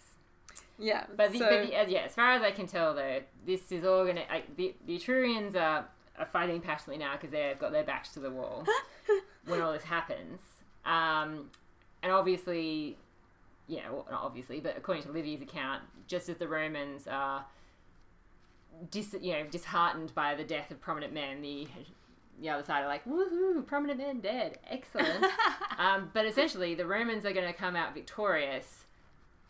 Speaker 2: Yeah,
Speaker 1: But, the,
Speaker 2: so,
Speaker 1: but the, uh, yeah, as far as I can tell, though, this is all gonna. I, the the Etrurians are, are fighting passionately now because they've got their backs to the wall when all this happens. Um, and obviously, yeah, well, not obviously, but according to Livy's account, just as the Romans are, dis, you know, disheartened by the death of prominent men, the the other side are like, woohoo, prominent men dead, excellent. um, but essentially, the Romans are going to come out victorious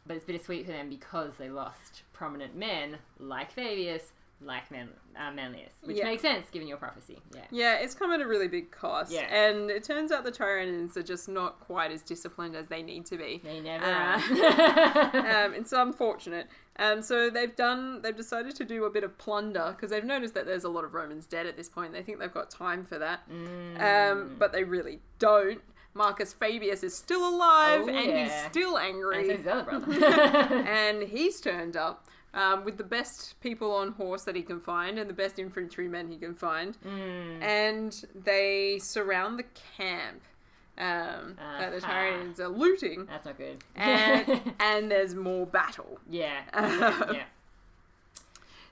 Speaker 1: but it's bittersweet for them because they lost prominent men like Fabius, like Man- uh, Manlius, which
Speaker 2: Yeah.
Speaker 1: makes sense given your prophecy. Yeah.
Speaker 2: yeah, it's come at a really big cost.
Speaker 1: Yeah.
Speaker 2: And it turns out the Tyranians are just not quite as disciplined as they need to be.
Speaker 1: They never are.
Speaker 2: um, it's unfortunate. Um, so they've done. They've decided to do a bit of plunder because they've noticed that there's a lot of Romans dead at this point. They think they've got time for that,
Speaker 1: Mm.
Speaker 2: um, but they really don't. Marcus Fabius is still alive,
Speaker 1: Oh,
Speaker 2: and he's
Speaker 1: yeah.
Speaker 2: still
Speaker 1: and so
Speaker 2: angry,
Speaker 1: his other brother.
Speaker 2: and he's turned up. Um, with the best people on horse that he can find and the best infantrymen he can find.
Speaker 1: Mm.
Speaker 2: And they surround the camp um, that the
Speaker 1: Uh-huh.
Speaker 2: Tyranians are looting
Speaker 1: That's not good.
Speaker 2: and, and there's more battle.
Speaker 1: yeah. Yeah. Yeah.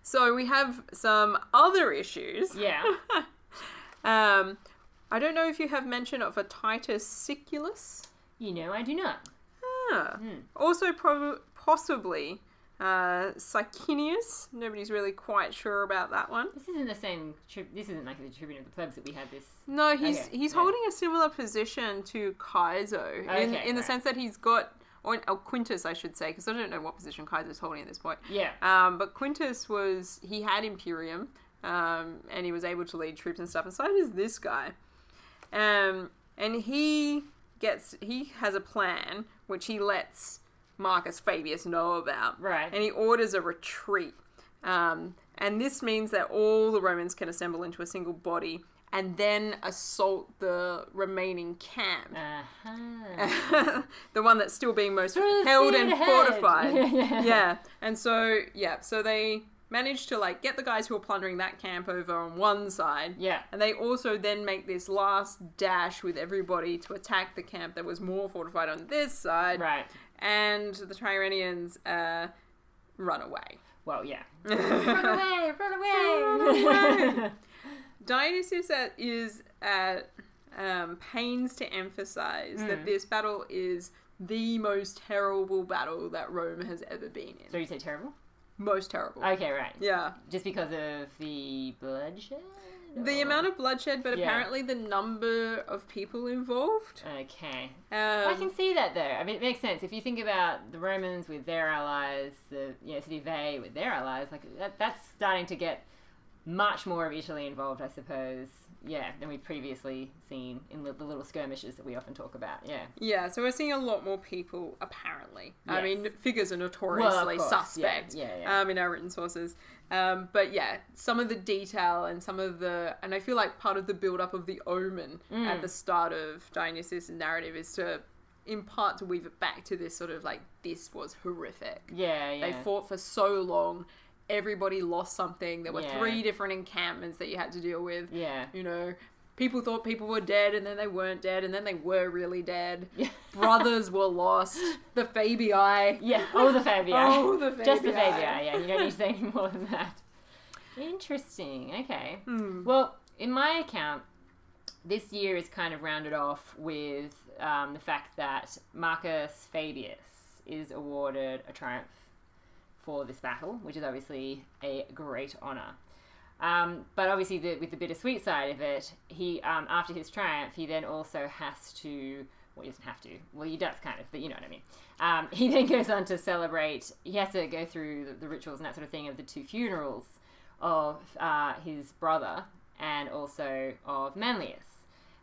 Speaker 2: So we have some other issues.
Speaker 1: Yeah.
Speaker 2: Um, I don't know if you have mention of a Titus Siculus.
Speaker 1: You know, I do not.
Speaker 2: Ah.
Speaker 1: Hmm.
Speaker 2: Also, prob- possibly uh, Sicinius. Nobody's really quite sure about that one.
Speaker 1: This isn't the same. Tri- this isn't like the Tribune of the Plebs that we had this.
Speaker 2: No, he's
Speaker 1: Okay,
Speaker 2: he's
Speaker 1: yeah.
Speaker 2: holding a similar position to Kaizo in,
Speaker 1: Okay,
Speaker 2: in the
Speaker 1: right.
Speaker 2: sense that he's got. Or, or Quintus, I should say, because I don't know what position Kaiser's holding at this point.
Speaker 1: Yeah.
Speaker 2: Um, but Quintus was he had Imperium, um, and he was able to lead troops and stuff. And so does this guy, um, and he gets he has a plan which he lets Marcus Fabius know about.
Speaker 1: Right.
Speaker 2: And he orders a retreat. Um, and this means that all the Romans can assemble into a single body and then assault the remaining camp.
Speaker 1: Uh-huh.
Speaker 2: the one that's still being most
Speaker 1: Through the
Speaker 2: held
Speaker 1: feet
Speaker 2: and
Speaker 1: ahead.
Speaker 2: fortified.
Speaker 1: Yeah, yeah.
Speaker 2: And so, yeah, so they managed to like get the guys who were plundering that camp over on one side.
Speaker 1: Yeah.
Speaker 2: And they also then make this last dash with everybody to attack the camp that was more fortified on this side.
Speaker 1: Right.
Speaker 2: And the Tyrrhenians uh, run away.
Speaker 1: Well, yeah. run away! Run
Speaker 2: Run away. Dionysius uh, is at um, pains to emphasize
Speaker 1: Hmm.
Speaker 2: that this battle is the most terrible battle that Rome has ever been in.
Speaker 1: so you say terrible?
Speaker 2: most terrible.
Speaker 1: Okay, right.
Speaker 2: yeah.
Speaker 1: Just because of the bloodshed?
Speaker 2: The
Speaker 1: or-
Speaker 2: amount of bloodshed, but
Speaker 1: Yeah.
Speaker 2: apparently the number of people involved.
Speaker 1: Okay. I
Speaker 2: Um,
Speaker 1: can see that though. I mean, it makes sense if you think about the Romans with their allies, the you know, city of Veii with their allies. Like that, that's starting to get much more of Italy involved, I suppose. Yeah, than we've previously seen in the, the little skirmishes that we often talk about. Yeah,
Speaker 2: yeah, so we're seeing a lot more people, apparently. I
Speaker 1: Yes.
Speaker 2: mean, figures are notoriously
Speaker 1: course, yeah,
Speaker 2: suspect
Speaker 1: yeah, yeah.
Speaker 2: Um, in our written sources. Um, but yeah, some of the detail and some of the. And I feel like part of the build up of the omen
Speaker 1: Mm.
Speaker 2: at the start of Dionysus' narrative is to, in part, to weave it back to this sort of like, this was horrific.
Speaker 1: yeah, yeah.
Speaker 2: They fought for so long. Everybody lost something. There were
Speaker 1: Yeah.
Speaker 2: three different encampments that you had to deal with.
Speaker 1: yeah.
Speaker 2: You know, people thought people were dead and then they weren't dead and then they were really dead. Brothers were lost. The Fabii.
Speaker 1: Yeah, oh the Fabia.
Speaker 2: Oh, the
Speaker 1: Just the
Speaker 2: Fabii.
Speaker 1: Fabia, yeah. You don't need to say any more than that. Interesting. Okay. Well, in my account, this year is kind of rounded off with um, the fact that Marcus Fabius is awarded a triumph for this battle, which is obviously a great honor. Um, but obviously, the, with the bittersweet side of it, he um, after his triumph, he then also has to. Well, he doesn't have to. Well, he does kind of, but you know what I mean. Um, he then goes on to celebrate. He has to go through the, the rituals and that sort of thing of the two funerals of uh, his brother and also of Manlius.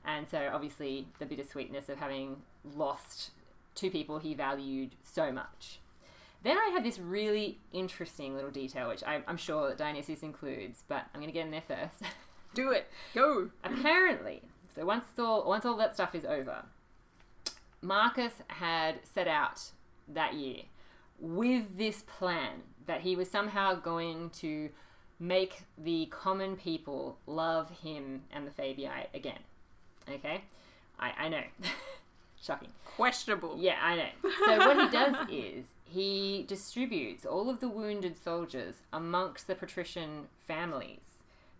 Speaker 1: And so, obviously, the bittersweetness of having lost two people he valued so much. Then I have this really interesting little detail, which I, I'm sure that Dionysius includes, but I'm going to get in there first.
Speaker 2: Do it. Go.
Speaker 1: Apparently, so once all once all that stuff is over, Marcus had set out that year with this plan that he was somehow going to make the common people love him and the Fabii again. Okay, I, I know, shocking.
Speaker 2: Questionable.
Speaker 1: Yeah, I know. So what he does is he distributes all of the wounded soldiers amongst the patrician families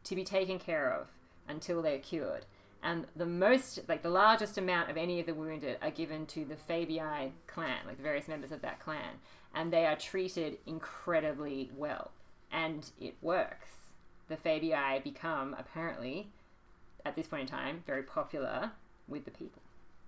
Speaker 1: to be taken care of until they're cured. And the most, like the largest amount of any of the wounded are given to the Fabii clan, like the various members of that clan, and they are treated incredibly well. And it works. The Fabii become, apparently, at this point in time, very popular with the people.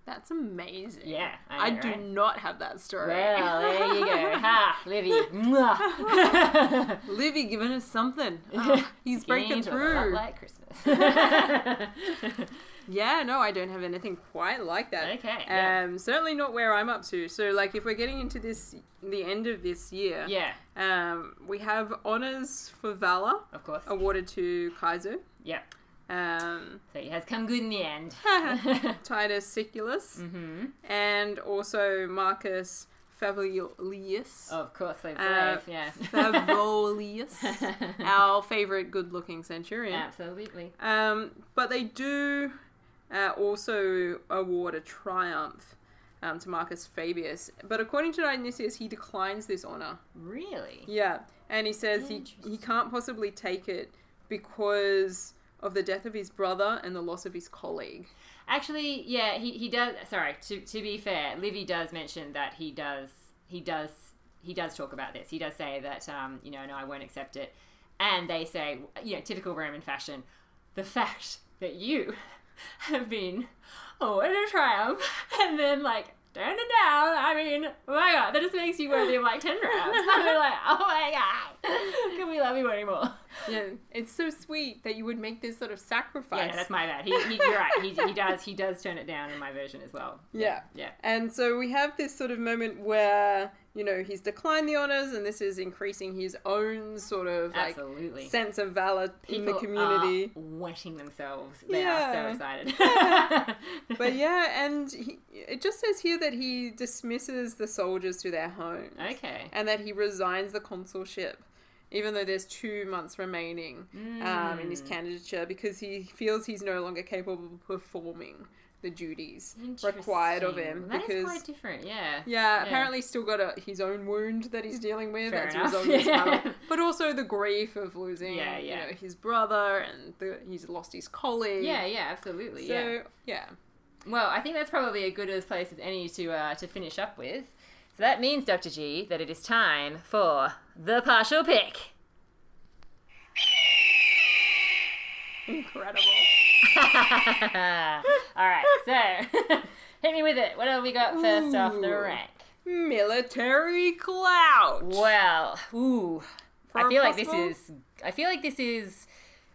Speaker 2: That's amazing.
Speaker 1: Yeah, I,
Speaker 2: I
Speaker 1: know,
Speaker 2: do
Speaker 1: right?
Speaker 2: not have that story.
Speaker 1: Well, there you go. Ha, Livy. Mwah.
Speaker 2: Livy giving us something. Ah, he's breaking
Speaker 1: Gained a lot
Speaker 2: through.
Speaker 1: like Christmas.
Speaker 2: Yeah, no, I don't have anything quite like that.
Speaker 1: Okay,
Speaker 2: Um,
Speaker 1: yeah.
Speaker 2: certainly not where I'm up to. So, like, if we're getting into this, the end of this year,
Speaker 1: yeah,
Speaker 2: um, we have honors for valor
Speaker 1: of course.
Speaker 2: awarded to Kaiser,
Speaker 1: Yeah.
Speaker 2: um,
Speaker 1: So it has come good in the end.
Speaker 2: Titus Siculus,
Speaker 1: hmm
Speaker 2: and also Marcus Favolius.
Speaker 1: Of course, slave,
Speaker 2: Uh,
Speaker 1: slave. Oh, Yeah.
Speaker 2: Favolius, our favorite good-looking centurion.
Speaker 1: Absolutely.
Speaker 2: Um, but they do uh, also award a triumph um, to Marcus Fabius. But according to Dionysius, he declines this honor.
Speaker 1: Really?
Speaker 2: Yeah, and he says he, he
Speaker 1: Interesting.
Speaker 2: can't possibly take it because of the death of his brother and the loss of his colleague.
Speaker 1: Actually, yeah, he, he does. Sorry, to, to be fair, Livy does mention that he does he does he does talk about this. He does say that um, you know no, I won't accept it, and they say you know typical Roman fashion, the fact that you have been awarded a triumph and then like turned it down. I mean, oh my god, that just makes you worthy of like ten rounds. I'm like, oh my god, can we love you anymore?
Speaker 2: yeah, it's so sweet that you would make this sort of sacrifice.
Speaker 1: Yeah, no, that's my bad. He, he, you're right. He, he does. He does turn it down in my version as well.
Speaker 2: Yeah.
Speaker 1: Yeah.
Speaker 2: And so we have this sort of moment where, you know, he's declined the honors and this is increasing his own sort of like
Speaker 1: Absolutely.
Speaker 2: sense of valor in the
Speaker 1: People
Speaker 2: community.
Speaker 1: are wetting themselves. They
Speaker 2: Yeah.
Speaker 1: are so excited.
Speaker 2: But yeah, and he, it just says here that he dismisses the soldiers to their homes
Speaker 1: okay.
Speaker 2: and that he resigns the consulship. Even though there's two months remaining um, in his
Speaker 1: Hmm.
Speaker 2: candidature, because he feels he's no longer capable of performing the duties required of him,
Speaker 1: Interesting. That is
Speaker 2: because
Speaker 1: quite different. Yeah.
Speaker 2: Yeah,
Speaker 1: Yeah.
Speaker 2: apparently still got a, his own wound that he's dealing with
Speaker 1: Fair
Speaker 2: as
Speaker 1: enough.
Speaker 2: a result of his
Speaker 1: Yeah.
Speaker 2: battle. But also the grief of losing
Speaker 1: Yeah, yeah.
Speaker 2: You know, his brother and the, he's lost his colleague.
Speaker 1: Yeah. Yeah. Absolutely.
Speaker 2: So
Speaker 1: yeah.
Speaker 2: yeah.
Speaker 1: Well, I think that's probably a good as place as any to uh, to finish up with. So that means, Doctor G, that it is time for the partial pick.
Speaker 2: Incredible.
Speaker 1: All right, so hit me with it. What have we got first off the
Speaker 2: Ooh.
Speaker 1: rank?
Speaker 2: Military clout.
Speaker 1: Well, ooh,
Speaker 2: For
Speaker 1: I
Speaker 2: a
Speaker 1: feel like this
Speaker 2: possible-
Speaker 1: is. I feel like this is.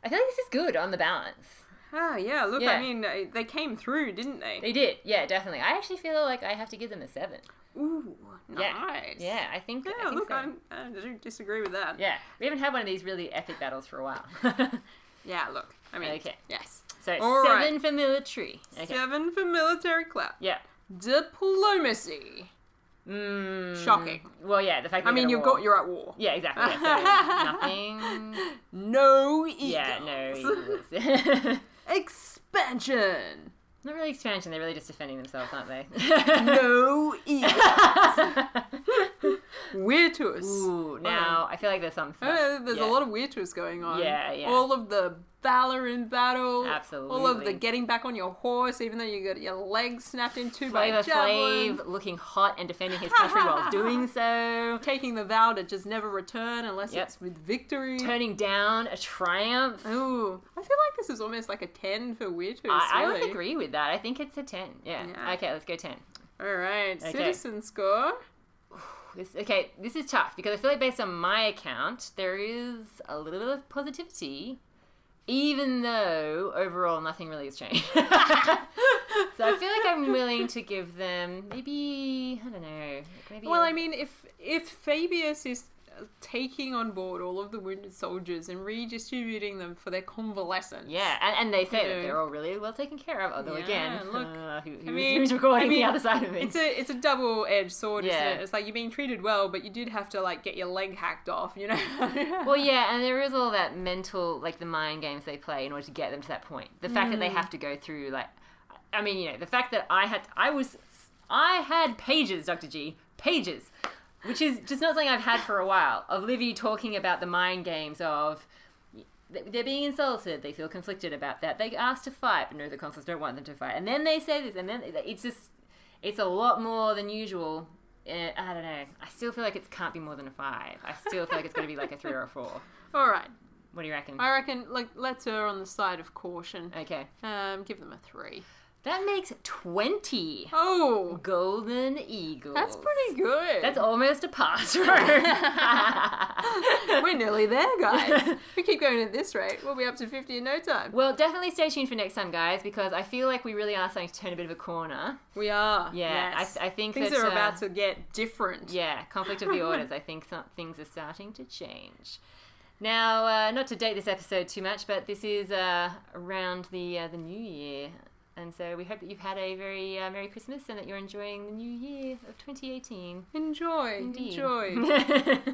Speaker 1: I feel like this is good on the balance.
Speaker 2: Ah, yeah, look, I
Speaker 1: Yeah.
Speaker 2: mean, uh, they came through, didn't they?
Speaker 1: They did, yeah, definitely. I actually feel like I have to give them a seven.
Speaker 2: Ooh,
Speaker 1: Yeah.
Speaker 2: nice.
Speaker 1: Yeah, I think. I
Speaker 2: Yeah,
Speaker 1: think
Speaker 2: look,
Speaker 1: so.
Speaker 2: I'm, I don't disagree with that.
Speaker 1: Yeah, we haven't had one of these really epic battles for a while.
Speaker 2: Yeah, look. I mean,
Speaker 1: Okay.
Speaker 2: yes.
Speaker 1: so
Speaker 2: All right.
Speaker 1: seven for military. Okay.
Speaker 2: Seven for military clout.
Speaker 1: Yeah.
Speaker 2: Diplomacy.
Speaker 1: Mm,
Speaker 2: Shocking.
Speaker 1: Well, yeah, the fact.
Speaker 2: I
Speaker 1: that
Speaker 2: mean,
Speaker 1: they're
Speaker 2: you've
Speaker 1: at
Speaker 2: got
Speaker 1: war.
Speaker 2: you're at war.
Speaker 1: Yeah, exactly. Yeah, so nothing.
Speaker 2: No egos.
Speaker 1: Yeah, no. eagles.
Speaker 2: Expansion.
Speaker 1: Not really expansion. They're really just defending themselves, aren't they?
Speaker 2: No egos. Weirtus.
Speaker 1: Ooh, now I feel like there's something.
Speaker 2: Uh, there's
Speaker 1: yeah.
Speaker 2: a lot of weirtus going on.
Speaker 1: Yeah, yeah.
Speaker 2: All of the valor in battle. All of the
Speaker 1: Absolutely.
Speaker 2: getting back on your horse, even though you got your legs snapped in two by
Speaker 1: Flavor
Speaker 2: a javelin.
Speaker 1: Flav looking hot and defending his country while doing so.
Speaker 2: Taking the vow to just never return unless
Speaker 1: Yep.
Speaker 2: it's with victory.
Speaker 1: Turning down a triumph.
Speaker 2: Ooh, I feel like this is almost like a ten for weirdos.
Speaker 1: I, I
Speaker 2: really.
Speaker 1: would agree with that. I think it's a 10. Yeah.
Speaker 2: Yeah.
Speaker 1: Okay, let's go 10.
Speaker 2: All right,
Speaker 1: Okay.
Speaker 2: citizen score.
Speaker 1: This, okay, this is tough because I feel like based on my account, there is a little bit of positivity, even though overall nothing really has changed. so I feel like I'm willing to give them maybe I don't know, like maybe
Speaker 2: Well,
Speaker 1: a-
Speaker 2: I mean, if if Fabius is uh, taking on board all of the wounded soldiers and redistributing them for their convalescence,
Speaker 1: yeah, and, and they say
Speaker 2: you know.
Speaker 1: that they're all really well taken care of. Although
Speaker 2: Yeah,
Speaker 1: again,
Speaker 2: look,
Speaker 1: uh, who, who's,
Speaker 2: mean-
Speaker 1: who's recording
Speaker 2: I mean,
Speaker 1: the other side of me?
Speaker 2: It's a it's a double edged sword,
Speaker 1: Yeah.
Speaker 2: isn't it? It's like you're being treated well, but you did have to like get your leg hacked off, you know.
Speaker 1: well, yeah, and there is all that mental, like the mind games they play in order to get them to that point. The fact that they have to go through, like, I mean, you know, the fact that I had, I was, I had pages, Dr. G, pages, which is just not something I've had for a while, of Livy talking about the mind games of. th- They're being insulted. They feel conflicted about that. They ask to fight, but no, the consuls don't want them to fight. And then they say this, and then it's just, it's a lot more than usual. Eh, I don't know. I still feel like it can't be more than a five. I still feel like it's going to be like a three or a four.
Speaker 2: all right,
Speaker 1: What do you reckon?
Speaker 2: I reckon like let's err on the side of caution.
Speaker 1: Okay.
Speaker 2: Um, give them a three.
Speaker 1: That makes 20
Speaker 2: Oh,
Speaker 1: golden eagles.
Speaker 2: that's pretty good.
Speaker 1: That's almost a pass. right?
Speaker 2: We're nearly there, guys. If we keep going at this rate, we'll be up to fifty in no time.
Speaker 1: well, definitely stay tuned for next time, guys, because I feel like we really are starting to turn a bit of a corner.
Speaker 2: We are.
Speaker 1: Yeah,
Speaker 2: yes.
Speaker 1: I, I think
Speaker 2: Things
Speaker 1: that,
Speaker 2: are
Speaker 1: uh,
Speaker 2: about to get different.
Speaker 1: Yeah, conflict of the orders. I think some, things are starting to change. Now, uh, not to date this episode too much, but this is uh, around the uh, the new year, and so we hope that you've had a very uh, merry Christmas and that you're enjoying the new year of 2018.
Speaker 2: Enjoy.
Speaker 1: Indeed.
Speaker 2: Enjoy.